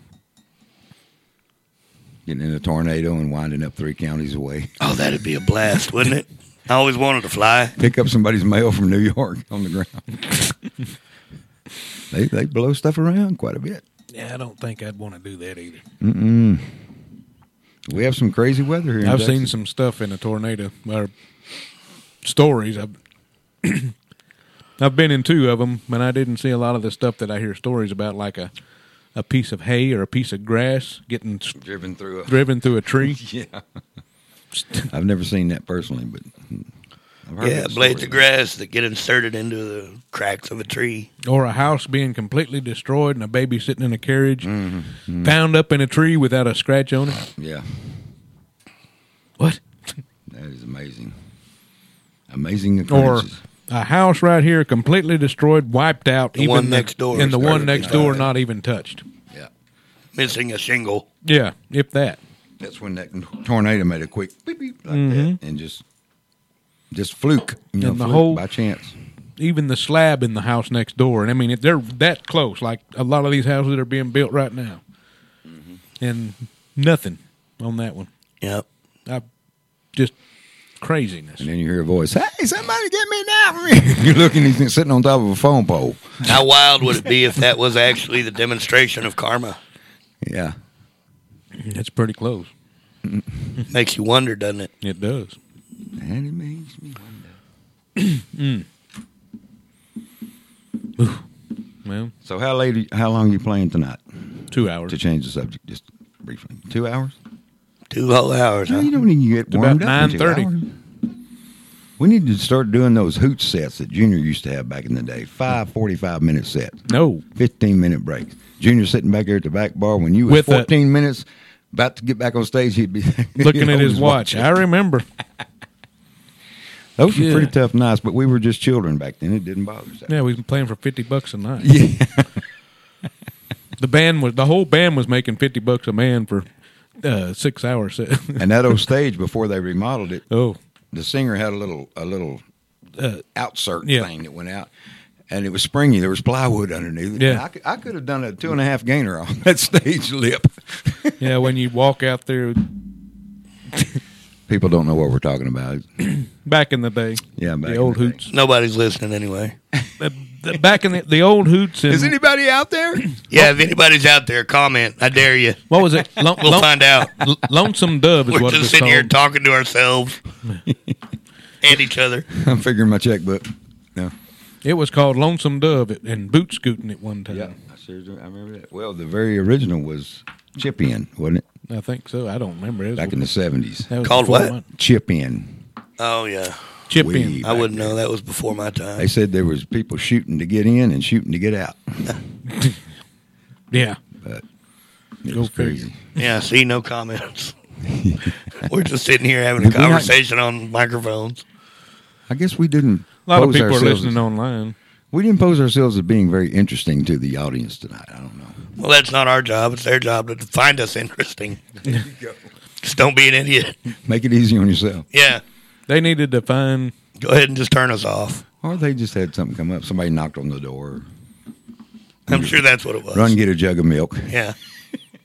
getting in a tornado and winding up three counties away.
Oh, that'd be a blast, wouldn't it? I always wanted to fly.
Pick up somebody's mail from New York on the ground. they they blow stuff around quite a bit.
Yeah, I don't think I'd want to do that either.
Mm-mm. We have some crazy weather here. in
I've seen
Texas.
some stuff in a tornado or stories. I've I've been in two of them, and I didn't see a lot of the stuff that I hear stories about, like a a piece of hay or a piece of grass getting s-
Driven through a-
driven through a tree.
yeah, I've never seen that personally, but I've heard
Yeah,
that
blades
story.
of grass that get inserted into the cracks of a tree.
or a house being completely destroyed and a baby sitting in a carriage, bound up in a tree without a scratch on it.
Yeah,
What?
that is amazing. Amazing
Or
occurrences.
a house right here completely destroyed, wiped out.
The one next door
and the
is
one
perfectly
next door
fine.
not even touched.
Missing a shingle.
Yeah, if that.
That's when that tornado made a quick beep, beep like
Mhm.
that, and just just fluke, you know,
And the
fluke
whole-
by chance.
Even the slab in the house next door, and I mean, if they're that close, like a lot of these houses that are being built right now, and nothing on that one.
Yep.
I just craziness.
And then you hear a voice, "Hey, somebody get me now!" you're looking, he's sitting on top of a phone pole.
How wild would it be if that was actually the demonstration of karma?
Yeah,
That's pretty close.
Makes you wonder, doesn't it?
It does.
and it makes me wonder.
Mm. Well,
So how late? How long you playing tonight?
Two hours.
To change the subject, just briefly. Two hours.
Two whole hours.
No, you don't need to get
It's
warmed
about
up. in two
9:30.
hours. We need to start doing those hoot sets that Junior used to have back in the day. Five 45 minute sets.
No.
15 minute breaks. Junior sitting back there at the back bar when you was
With a-
14 minutes, about to get back on stage, he'd be
looking at his
always
watch,
watching.
I remember.
Those were
Yeah.
pretty tough nights, but we were just children back then. It didn't bother us. that
Yeah, we've been playing for fifty bucks a night.
Yeah.
the band was the whole band was making fifty bucks a man for uh, six hours.
and that old stage before they remodeled it,
oh,
the singer had a little a little
Uh,
outsert
yeah.
thing that went out, and it was springy. There was plywood underneath. it.
Yeah.
And I could, I could have done a two and a half gainer on that stage lip.
yeah, when you walk out there
People don't know what we're talking about.
back in the day,
Yeah, back
the
in
old
the day.
hoots,
Nobody's listening anyway.
The- the- back in the, the old hoots. And,
Is anybody out there?
Yeah, if anybody's out there, comment. I dare you.
what was it? Lon-
We'll
lon-
find out.
L- Lonesome Dove is
We're
what it
just
was
sitting here
called.
talking to ourselves and each other.
I'm figuring my checkbook. No.
it was called Lonesome Dove and boot scooting at one time.
I sure do. I remember that. Well, the very original was Chip In, wasn't it?
I think so. I don't remember. It was-
Back in the 70s.
that was
Called
before
what?
mine.
Chip In.
Oh yeah,
Chip
Way
in.
I wouldn't know. That was before my time.
They said there was people shooting to get in and shooting to get out.
Yeah.
But it
Go
was
figure.
crazy.
Yeah, see, no comments. We're just sitting here having a
Did we not-
conversation on microphones.
I guess we didn't.
A lot of
pose
people are
ourselves
listening
as-
online.
We didn't pose ourselves as being very interesting to the audience tonight. I don't know.
Well, that's not our job. It's their job to find us interesting. Just don't be an idiot.
Make it easy on yourself.
Yeah,
They needed to find
go ahead and just turn us off.
Or they just had something come up. Somebody knocked on the door.
I'm sure that's what it was.
Run, get a jug of milk.
Yeah,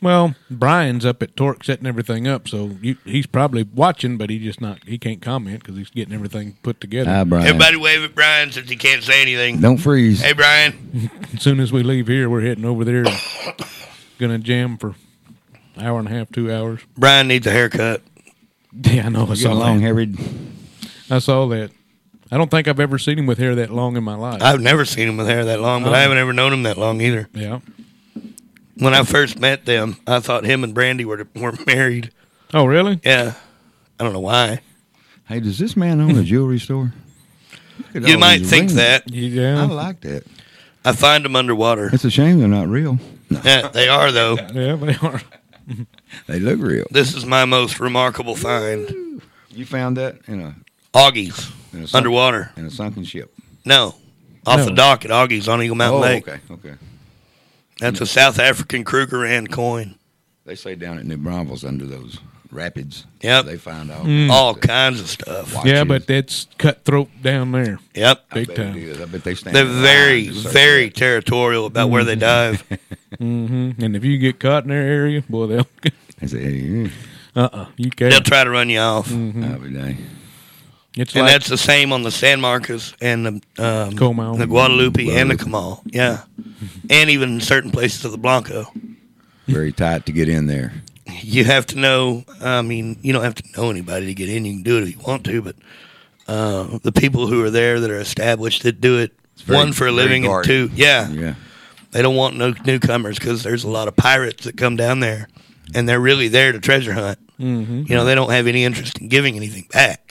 Well, Brian's up at Torque setting everything up, so you, he's probably watching, but he just not he can't comment because he's getting everything put together.
Hi, Brian.
everybody wave at Brian since he can't say anything.
Don't freeze.
Hey, Brian.
As soon as we leave here, we're heading over there. and gonna jam for hour and a half, two hours.
Brian needs a haircut.
Yeah, I know. I
You
saw
got long
that.
haired.
I saw that. I don't think I've ever seen him with hair that long in my life.
I've never seen him with hair that long, but I haven't ever known him that long either.
yeah.
When I first met them, I thought him and Brandy were were married.
Oh, really?
Yeah, I don't know why.
Hey, does this man own a jewelry store? Look at all
You might
these
think
rings.
that.
Yeah.
I like that.
I find them underwater.
It's a shame they're not real.
Yeah, they are though.
Yeah, they are.
They look real.
This is my most remarkable find.
You found that in a
Augie's
in a sunk-
underwater.
in a sunken ship.
No, off
No.
the dock at Augie's on Eagle Mountain
oh,
Lake.
okay, okay.
That's a South African Krugerrand coin.
They say down at New Braunfels under those rapids.
Yep.
They find all.
All kinds of stuff.
Mm. Yeah,
Watches.
but that's cutthroat down there.
Yep.
I
Big
bet
time.
it is. I bet they stand.
They're
in line
very,
to search
very
it.
territorial about where they dive.
hmm And if you get caught in their area, boy, they'll
I said, hey,
Uh-uh. You can't.
They'll try to run you off.
Mm-hmm.
Every day.
It's
and
like-
that's the same on the San Marcos and the um,
Comal.
the Guadalupe, and the
Guadalupe.
Comal. Yeah, and even certain places of the Blanco.
very tight to get in there.
You have to know. I mean, you don't have to know anybody to get in. You can do it if you want to, but uh, the people who are there that are established that do it
very-
one for a
very
living and
guarded.
two, yeah,
Yeah.
they don't want no newcomers because there's a lot of pirates that come down there, and they're really there to treasure hunt.
Mhm.
You know, they don't have any interest in giving anything back.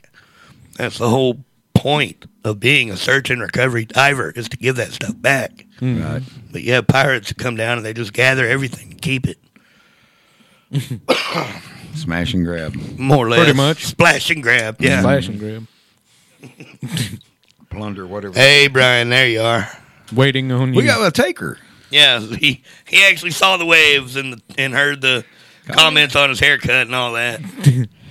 That's the whole point of being a search and recovery diver is to give that stuff back.
Mhm.
Right.
But you have pirates that come down and they just gather everything and keep it.
Smash and grab.
More or less.
Pretty much.
Splash and grab. Yeah.
Splash and grab.
Plunder, whatever.
Hey, Brian, there you are.
Waiting on you.
We got a taker.
Yeah, he, he actually saw the waves and the, and heard the comments on his haircut and all that.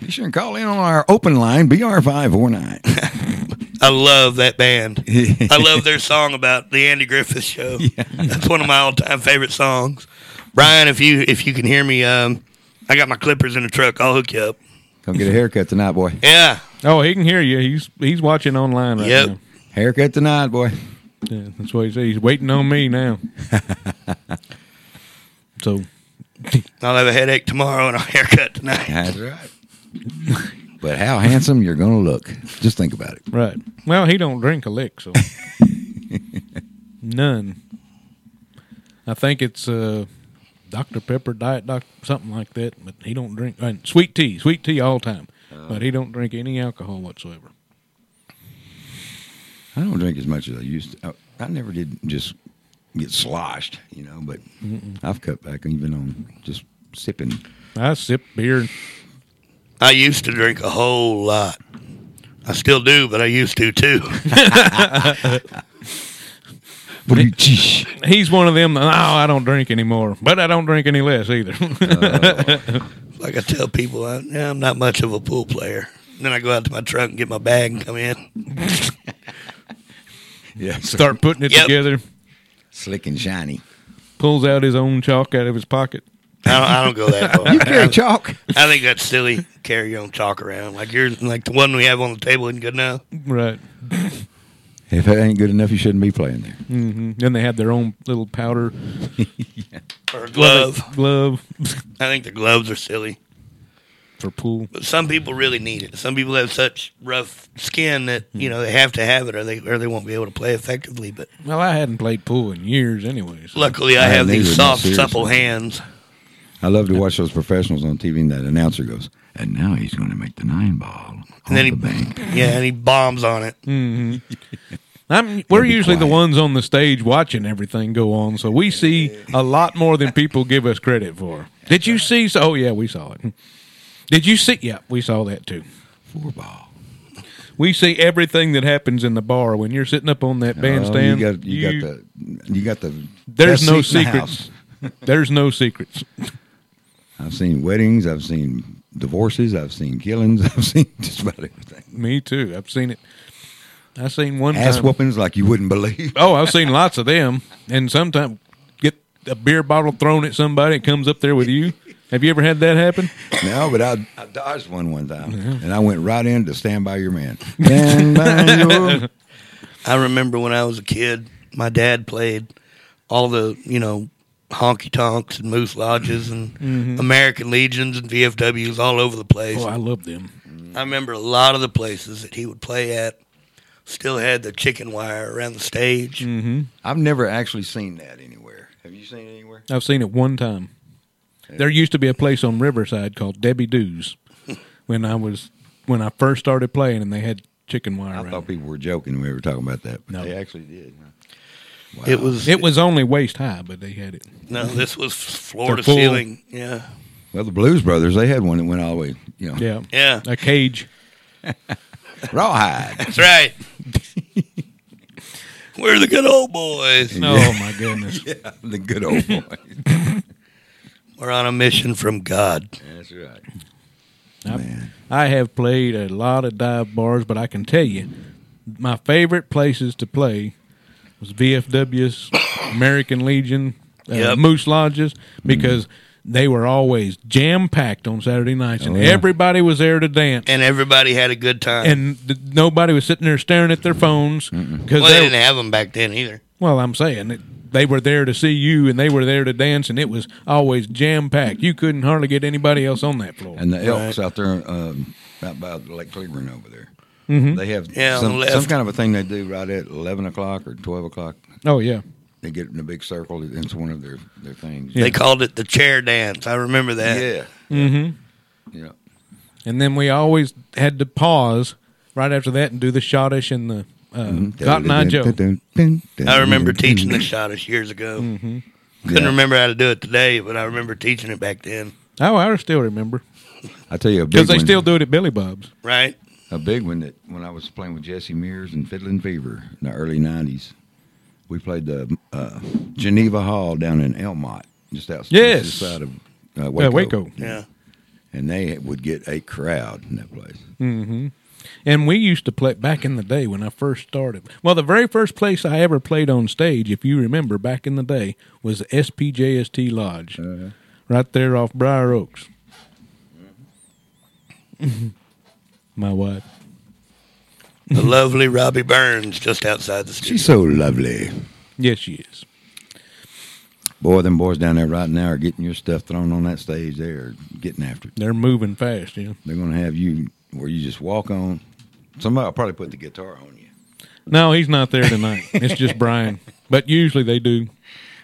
Be sure and call in on our open line, BR549.
I love that band. I love their song about the Andy Griffith Show. That's one of my all-time favorite songs. Brian, if you if you can hear me, um, I got my clippers in the truck. I'll hook you up.
Come get a haircut tonight, boy.
Yeah,
Oh, he can hear you. He's he's watching online right
Yep.
now.
Haircut tonight, boy.
Yeah, that's what he said. He's waiting on me now. so
I'll have a headache tomorrow and a haircut tonight.
That's right. But how handsome you're going to look. Just think about it.
right. Well, he don't drink a lick, so none. I think it's uh, Dr Pepper Diet Doc something like that. But he don't drink and sweet tea, sweet tea all time. but he don't drink any alcohol whatsoever.
I don't drink as much as I used to. Oh, I, I never did just get sloshed, you know, but
Mm-mm.
I've cut back even on just sipping.
I sip beer.
I used to drink a whole lot. I still do, but I used to too.
He's one of them. Oh, I don't drink anymore, but I don't drink any less either.
like I tell people, I, yeah, I'm not much of a pool player. Then I go out to my truck and get my bag and come in.
Yeah.
Start putting it
Yep.
together.
Slick and shiny.
Pulls out his own chalk out of his pocket.
I don't, I don't go that far.
You carry chalk.
I think that's silly. Carry your own chalk around. Like yours, like the one we have on the table isn't good enough.
Right.
If it ain't good enough, you shouldn't be playing there.
hmm Then they have their own little powder
Or a glove.
glove
I think the gloves are silly.
for pool.
But some people really need it. Some people have such rough skin that you know they have to have it, or they or they won't be able to play effectively. But
Well, I hadn't played pool in years, anyways.
luckily, I
I
have
neither,
these
no,
soft,
seriously.
supple hands.
I love to watch those professionals on TV and that announcer goes, and now he's going to make the nine ball.
And then he,
the bank.
yeah, and he bombs on it.
hmm I'm, we're
Gotta be
usually the
quiet.
ones on the stage watching everything go on, so we see a lot more than people give us credit for. Did you see? So, oh yeah, we saw it. Did you see? Yeah, we saw that too.
Four ball.
We see everything that happens in the bar when you're sitting up on that
Oh,
bandstand.
you got, you,
you-
got the, you got the.
There's
best
no
seat in the
secrets.
house.
There's no secrets.
I've seen weddings. I've seen divorces. I've seen killings. I've seen just about everything.
Me too. I've seen it. I seen one
Ass
time.
whoopings like you wouldn't believe.
Oh, I've seen lots of them. And sometimes get a beer bottle thrown at somebody. It comes up there with you. Have you ever had that happen?
No, but I, I dodged one one time, and I went right in to stand by your man. Stand by your.
I remember when I was a kid, my dad played all the, you know, honky tonks and moose lodges and
Mhm.
American legions and VFWs all over the place.
Oh, I
I,
love them.
remember a lot of the places that he would play at still had the chicken wire around the stage.
hmm
I've never actually seen that anywhere. Have you seen it anywhere?
I've seen it one time. There used to be a place on Riverside called Debbie Doo's when I was when I first started playing, and they had chicken wire.
I
around.
thought people were joking when we were talking about that, but
No.
they actually did. huh? Wow.
It was
It was only waist high, but they had it.
no, this was floor
They're
to
full.
ceiling. Yeah,
well, the Blues Brothers. They had one that went all the way. You know,
Yeah,
yeah,
a cage.
rawhide.
that's right. We're the good old boys.
Oh my goodness.
yeah, the good old boy.
We're on a mission from God.
That's right.
I-
Man.
I have played a lot of dive bars, but I can tell you, my favorite places to play was VFW's, American Legion, uh,
Yep.
Moose Lodges, because They were always jam packed on Saturday nights, and
Oh, yeah.
everybody was there to dance,
and everybody had a good time.
and th- nobody was sitting there staring at their phones because
well, they didn't have them back then either.
Well, I'm saying that they were there to see you, and they were there to dance, and it was always jam packed. You couldn't hardly get anybody else on that floor.
And the elks out there, um, out by Lake Cleveland over there.
Mhm.
They have
Yeah, on
some,
the
some
left.
kind of a thing they do right at 11 o'clock or 12 o'clock.
Oh yeah,
They get in a big circle. and It's one of their, their things.
They called it the chair dance. I remember that.
Yeah.
Mm-hmm.
Yeah.
And then we always had to pause right after that and do the Schottish and the uh,
Mm-hmm.
Cotton Eye Joe.
I remember teaching the Scottish years ago. Couldn't
Mm-hmm. Yeah.
remember how to do it today, but I remember teaching it back then.
Oh, I still remember
I tell you a big
because they
one.
still do it at Billy Bob's.
Right.
a big one that when I was playing with Jesse Mears and Fiddlin' Fever in the early '90s, we played the uh, Geneva Hall down in Elmont, just outside
Yes.
just side of
Yeah,
uh, Waco.
Waco.
Yeah.
and they would get a crowd in that place.
hmm And we used to play back in the day when I first started. Well, the very first place I ever played on stage, if you remember back in the day, was the SPJST Lodge,
Uh-huh.
right there off Briar Oaks.
Mm-hmm.
My wife.
The lovely Robbie Burns just outside the studio.
She's so lovely,
Yes, she is.
boy. Them boys down there right now are getting your stuff thrown on that stage. They're getting after it.
They're moving fast, you know.
They're going to have you where you just walk on. Somebody will probably put the guitar on you.
No, he's not there tonight. it's just Brian. But usually they do.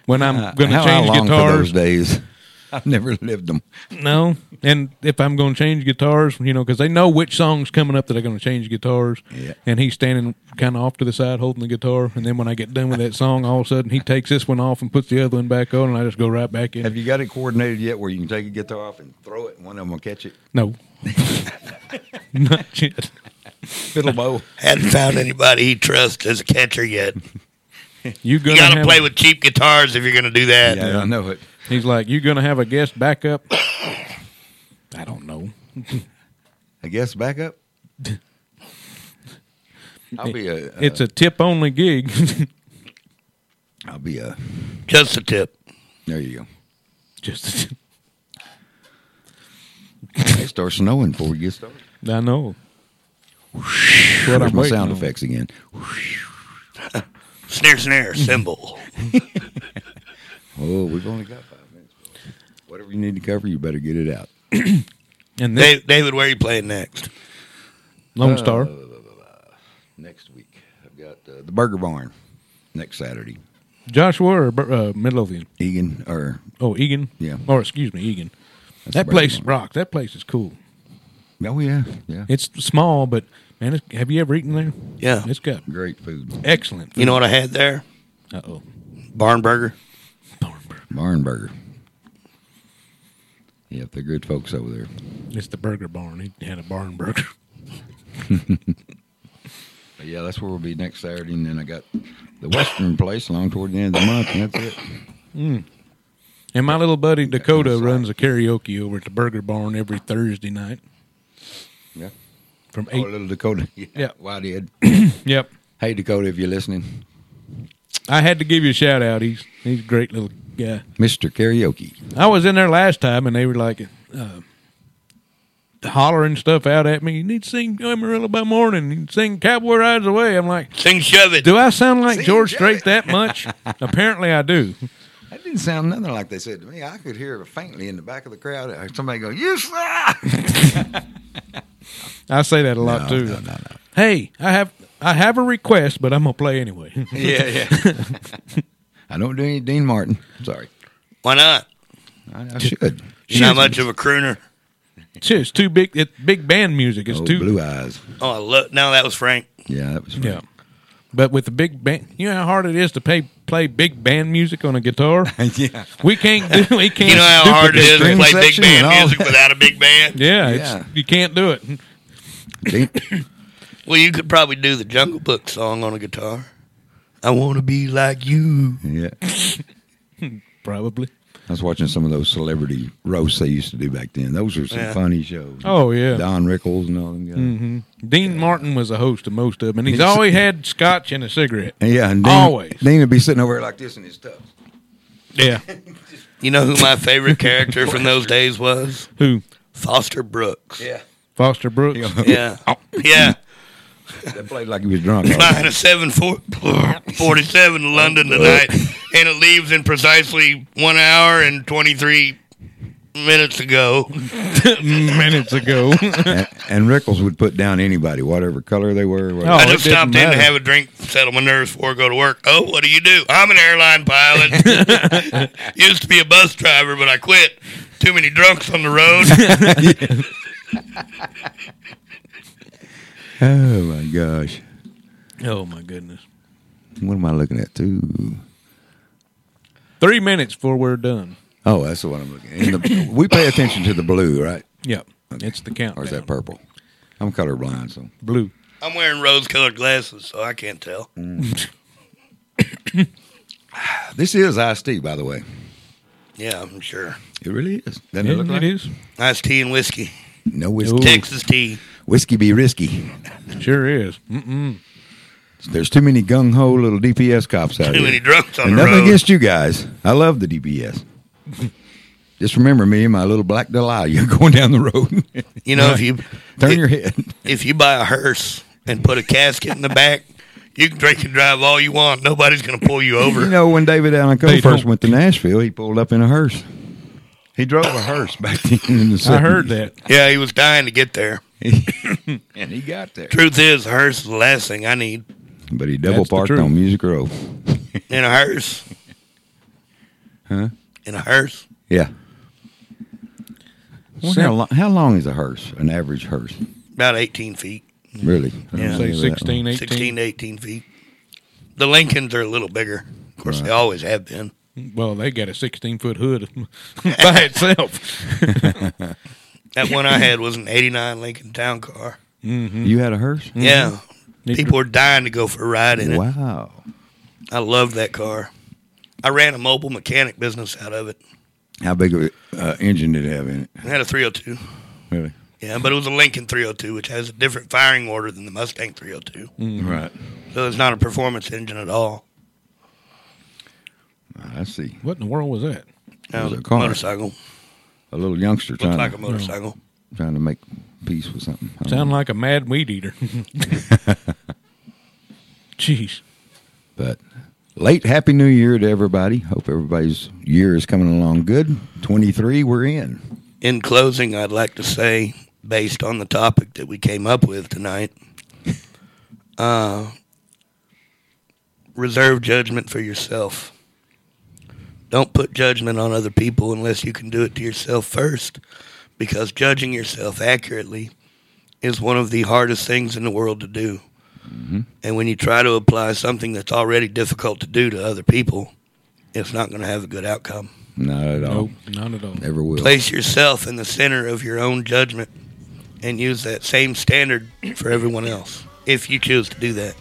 When I'm going to
Ah, How I
change
long for
guitars,
those days. I've never lived them.
No, and if I'm going to change guitars, you know, because they know which song's coming up that are going to change guitars.
Yeah.
And he's standing kind of off to the side holding the guitar, and then when I get done with that song, all of a sudden he takes this one off and puts the other one back on, and I just go right back in.
Have you got it coordinated yet where you can take a guitar off and throw it and one of them will catch it?
No, not yet.
Fiddle bow.
Hadn't found anybody he trusts as a catcher yet.
You
You
gonna
got to
have-
play with cheap guitars if you're going to do that.
it.
He's like, "You gonna have a guest backup?" I don't know.
I guess back up. I'll be a.
it's a tip only gig.
I'll be a.
Just a tip.
There you go.
Just.
It starts snowing before we get started.
I know. That's what
There's
I'm
my
waiting
sound
on.
effects again.
Snare, snare,
Mm-hmm.
cymbal.
Oh, we've only got five minutes. Whatever you need to cover, you better get it out.
And
Da- David, where are you playing next?
Uh,
Lone Star.
next week, I've got uh, the Burger Barn next Saturday.
Joshua or Bur- uh, Midlothian?
Egan or
oh Egan?
Yeah.
Or excuse me, Egan. that
That's the best
place
one.
rocks. That place is cool.
Oh yeah, yeah.
It's small, but man, it's, have you ever eaten there?
Yeah.
it's got
great food.
excellent.
You know what I had there?
Uh oh.
Barn burger.
Barn Burger. Yep, they're good folks over there.
It's the Burger Barn. He had a barn burger.
But yeah, that's where we'll be next Saturday, and then I got the Western place along toward the end of the month, and that's it.
Mm. And my little buddy Dakota runs a karaoke over at the Burger Barn every Thursday night.
Yeah.
From
Oh,
eight.
little Dakota. Yeah.
Yeah.
Whitehead.
yep.
Hey Dakota, if you're listening,
I had to give you a shout out. He's he's a great little guy.
Mister Karaoke.
I was in there last time, and they were like uh, hollering stuff out at me. You need to sing Amarillo by morning. You need to sing Cowboy Rides Away. I'm like,
sing shove it.
Do I sound like George Strait that much? Apparently, I do.
That didn't sound nothing like they said to me. I could hear faintly in the back of the crowd uh, somebody go, "You suck!"
I say that a lot
No,
too. Hey, I have I have a request, but I'm gonna play anyway.
Yeah, yeah. I don't do any Dean Martin. Sorry,
Why not?
I, I should.
You're not much of a crooner.
It's just too big. It's big band music. It's
Oh,
too
blue eyes.
Oh, I love. No, that was Frank.
Yeah, that was
Yeah. But with the big band, you know how hard it is to play play big band music on a guitar.
yeah,
we can't do. We can't.
You know how
duplicate
hard it is to
that.
play big band music without a big band.
Yeah, It's, you can't do it.
Well, you could probably do the Jungle Book song on a guitar. I want to be like you.
Yeah.
Probably.
I was watching some of those celebrity roasts they used to do back then. Those were some
Yeah.
funny shows.
Oh, yeah.
Don Rickles and all them guys.
hmm Dean Martin was a host of most of them, and he's
He's-
always had scotch and a cigarette.
And yeah, and Dean,
Always.
Dean would be sitting over there like this in his tub.
Yeah.
You know who my favorite character from those days was?
Who?
Foster Brooks. Yeah.
Foster Brooks.
Yeah. Yeah.
That played like he was drunk.
Flying a 747 to London tonight, and it leaves in precisely one hour and 23 minutes ago.
minutes ago.
and, and Rickles would put down anybody, whatever color they were. whatever.
I just stopped in to have a drink, settle my nerves before I go to work. Oh, what do you do? I'm an airline pilot. Used to be a bus driver, but I quit. Too many drunks on the road.
Oh my gosh.
Oh my goodness.
What am I looking at too?
Three minutes before we're done.
Oh, that's the one I'm looking at. And the- we pay attention to the blue, right?
Yep. It's the count.
Or is that purple? I'm colorblind, so
blue.
I'm wearing rose colored glasses, so I can't tell.
This is iced tea, by the way.
Yeah, I'm sure.
It really is. Doesn't Mm-hmm. it look like
is.
Iced tea and whiskey.
No whiskey.
Texas tea.
Whiskey be risky.
Sure is. Mm-mm.
There's too many gung ho little DPS cops out
Too
here.
many drunks on the
and nothing
road.
against you guys. I love the DPS. Just remember me and my little black Dahlia going down the road.
You know, if you
turn your head,
if you buy a hearse and put a casket in the back, you can drink and drive all you want. Nobody's going to pull you over.
You know, when David Allen Coe
They
first went to Nashville, he pulled up in a hearse. He drove a hearse back then in the 70s.
Yeah, he was dying to get there.
and he got there.
Truth is, a hearse is the last thing I need
But he double
That's the
parked
truth.
on Music Row.
in a hearse.
Huh?
In a hearse.
Yeah. I wonder
So-
how, long, how long is a hearse, an average hearse?
About 18 feet.
Really? I don't
Yeah.
know that long.
16, 18 feet. The Lincolns are a little bigger. Of course, they always have been.
Well, they got a 16 foot hood by itself.
That one I had was an 89 Lincoln Town Car.
Mhm.
You had a hearse?
Yeah. People were dying to go for a ride in it.
Mm-hmm. Wow.
I loved that car. I ran a mobile mechanic business out of it.
How big of a uh, engine did it have in it?
I had a 302.
Really?
Yeah, but it was a Lincoln 302, which has a different firing order than the Mustang 302.
Right.
So it's not a performance engine at all.
I see.
What in the world was that?
No,
was a
the
car.
motorcycle.
A little youngster
Looked
trying
like
to,
a motorcycle.
trying to make peace with something. I don't
Sound
know.
like a mad weed eater. Jeez.
But late Happy New Year to everybody. Hope everybody's year is coming along good. 23, we're in.
In closing, I'd like to say, based on the topic that we came up with tonight, uh, reserve judgment for yourself. Don't put judgment on other people unless you can do it to yourself first, because judging yourself accurately is one of the hardest things in the world to do. And when you try to apply something that's already difficult to do to other people, it's not going to have a good outcome.
Not at all.
Nope, not at all.
Never will.
Place yourself in the center of your own judgment and use that same standard for everyone else if you choose to do that.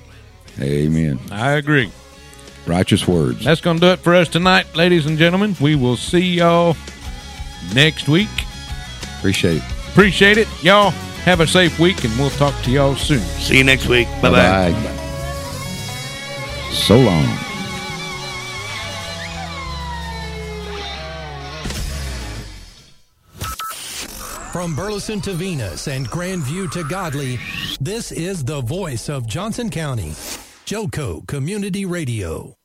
Amen.
I agree.
Righteous words.
That's going to do it for us tonight, ladies and gentlemen. We will see y'all next week.
Appreciate it.
Appreciate it. Y'all have a safe week, and we'll talk to y'all soon.
See you next week.
Bye-bye. So long.
From Burleson to Venus and Grandview to Godley, this is the voice of Johnson County. Joco Community Radio.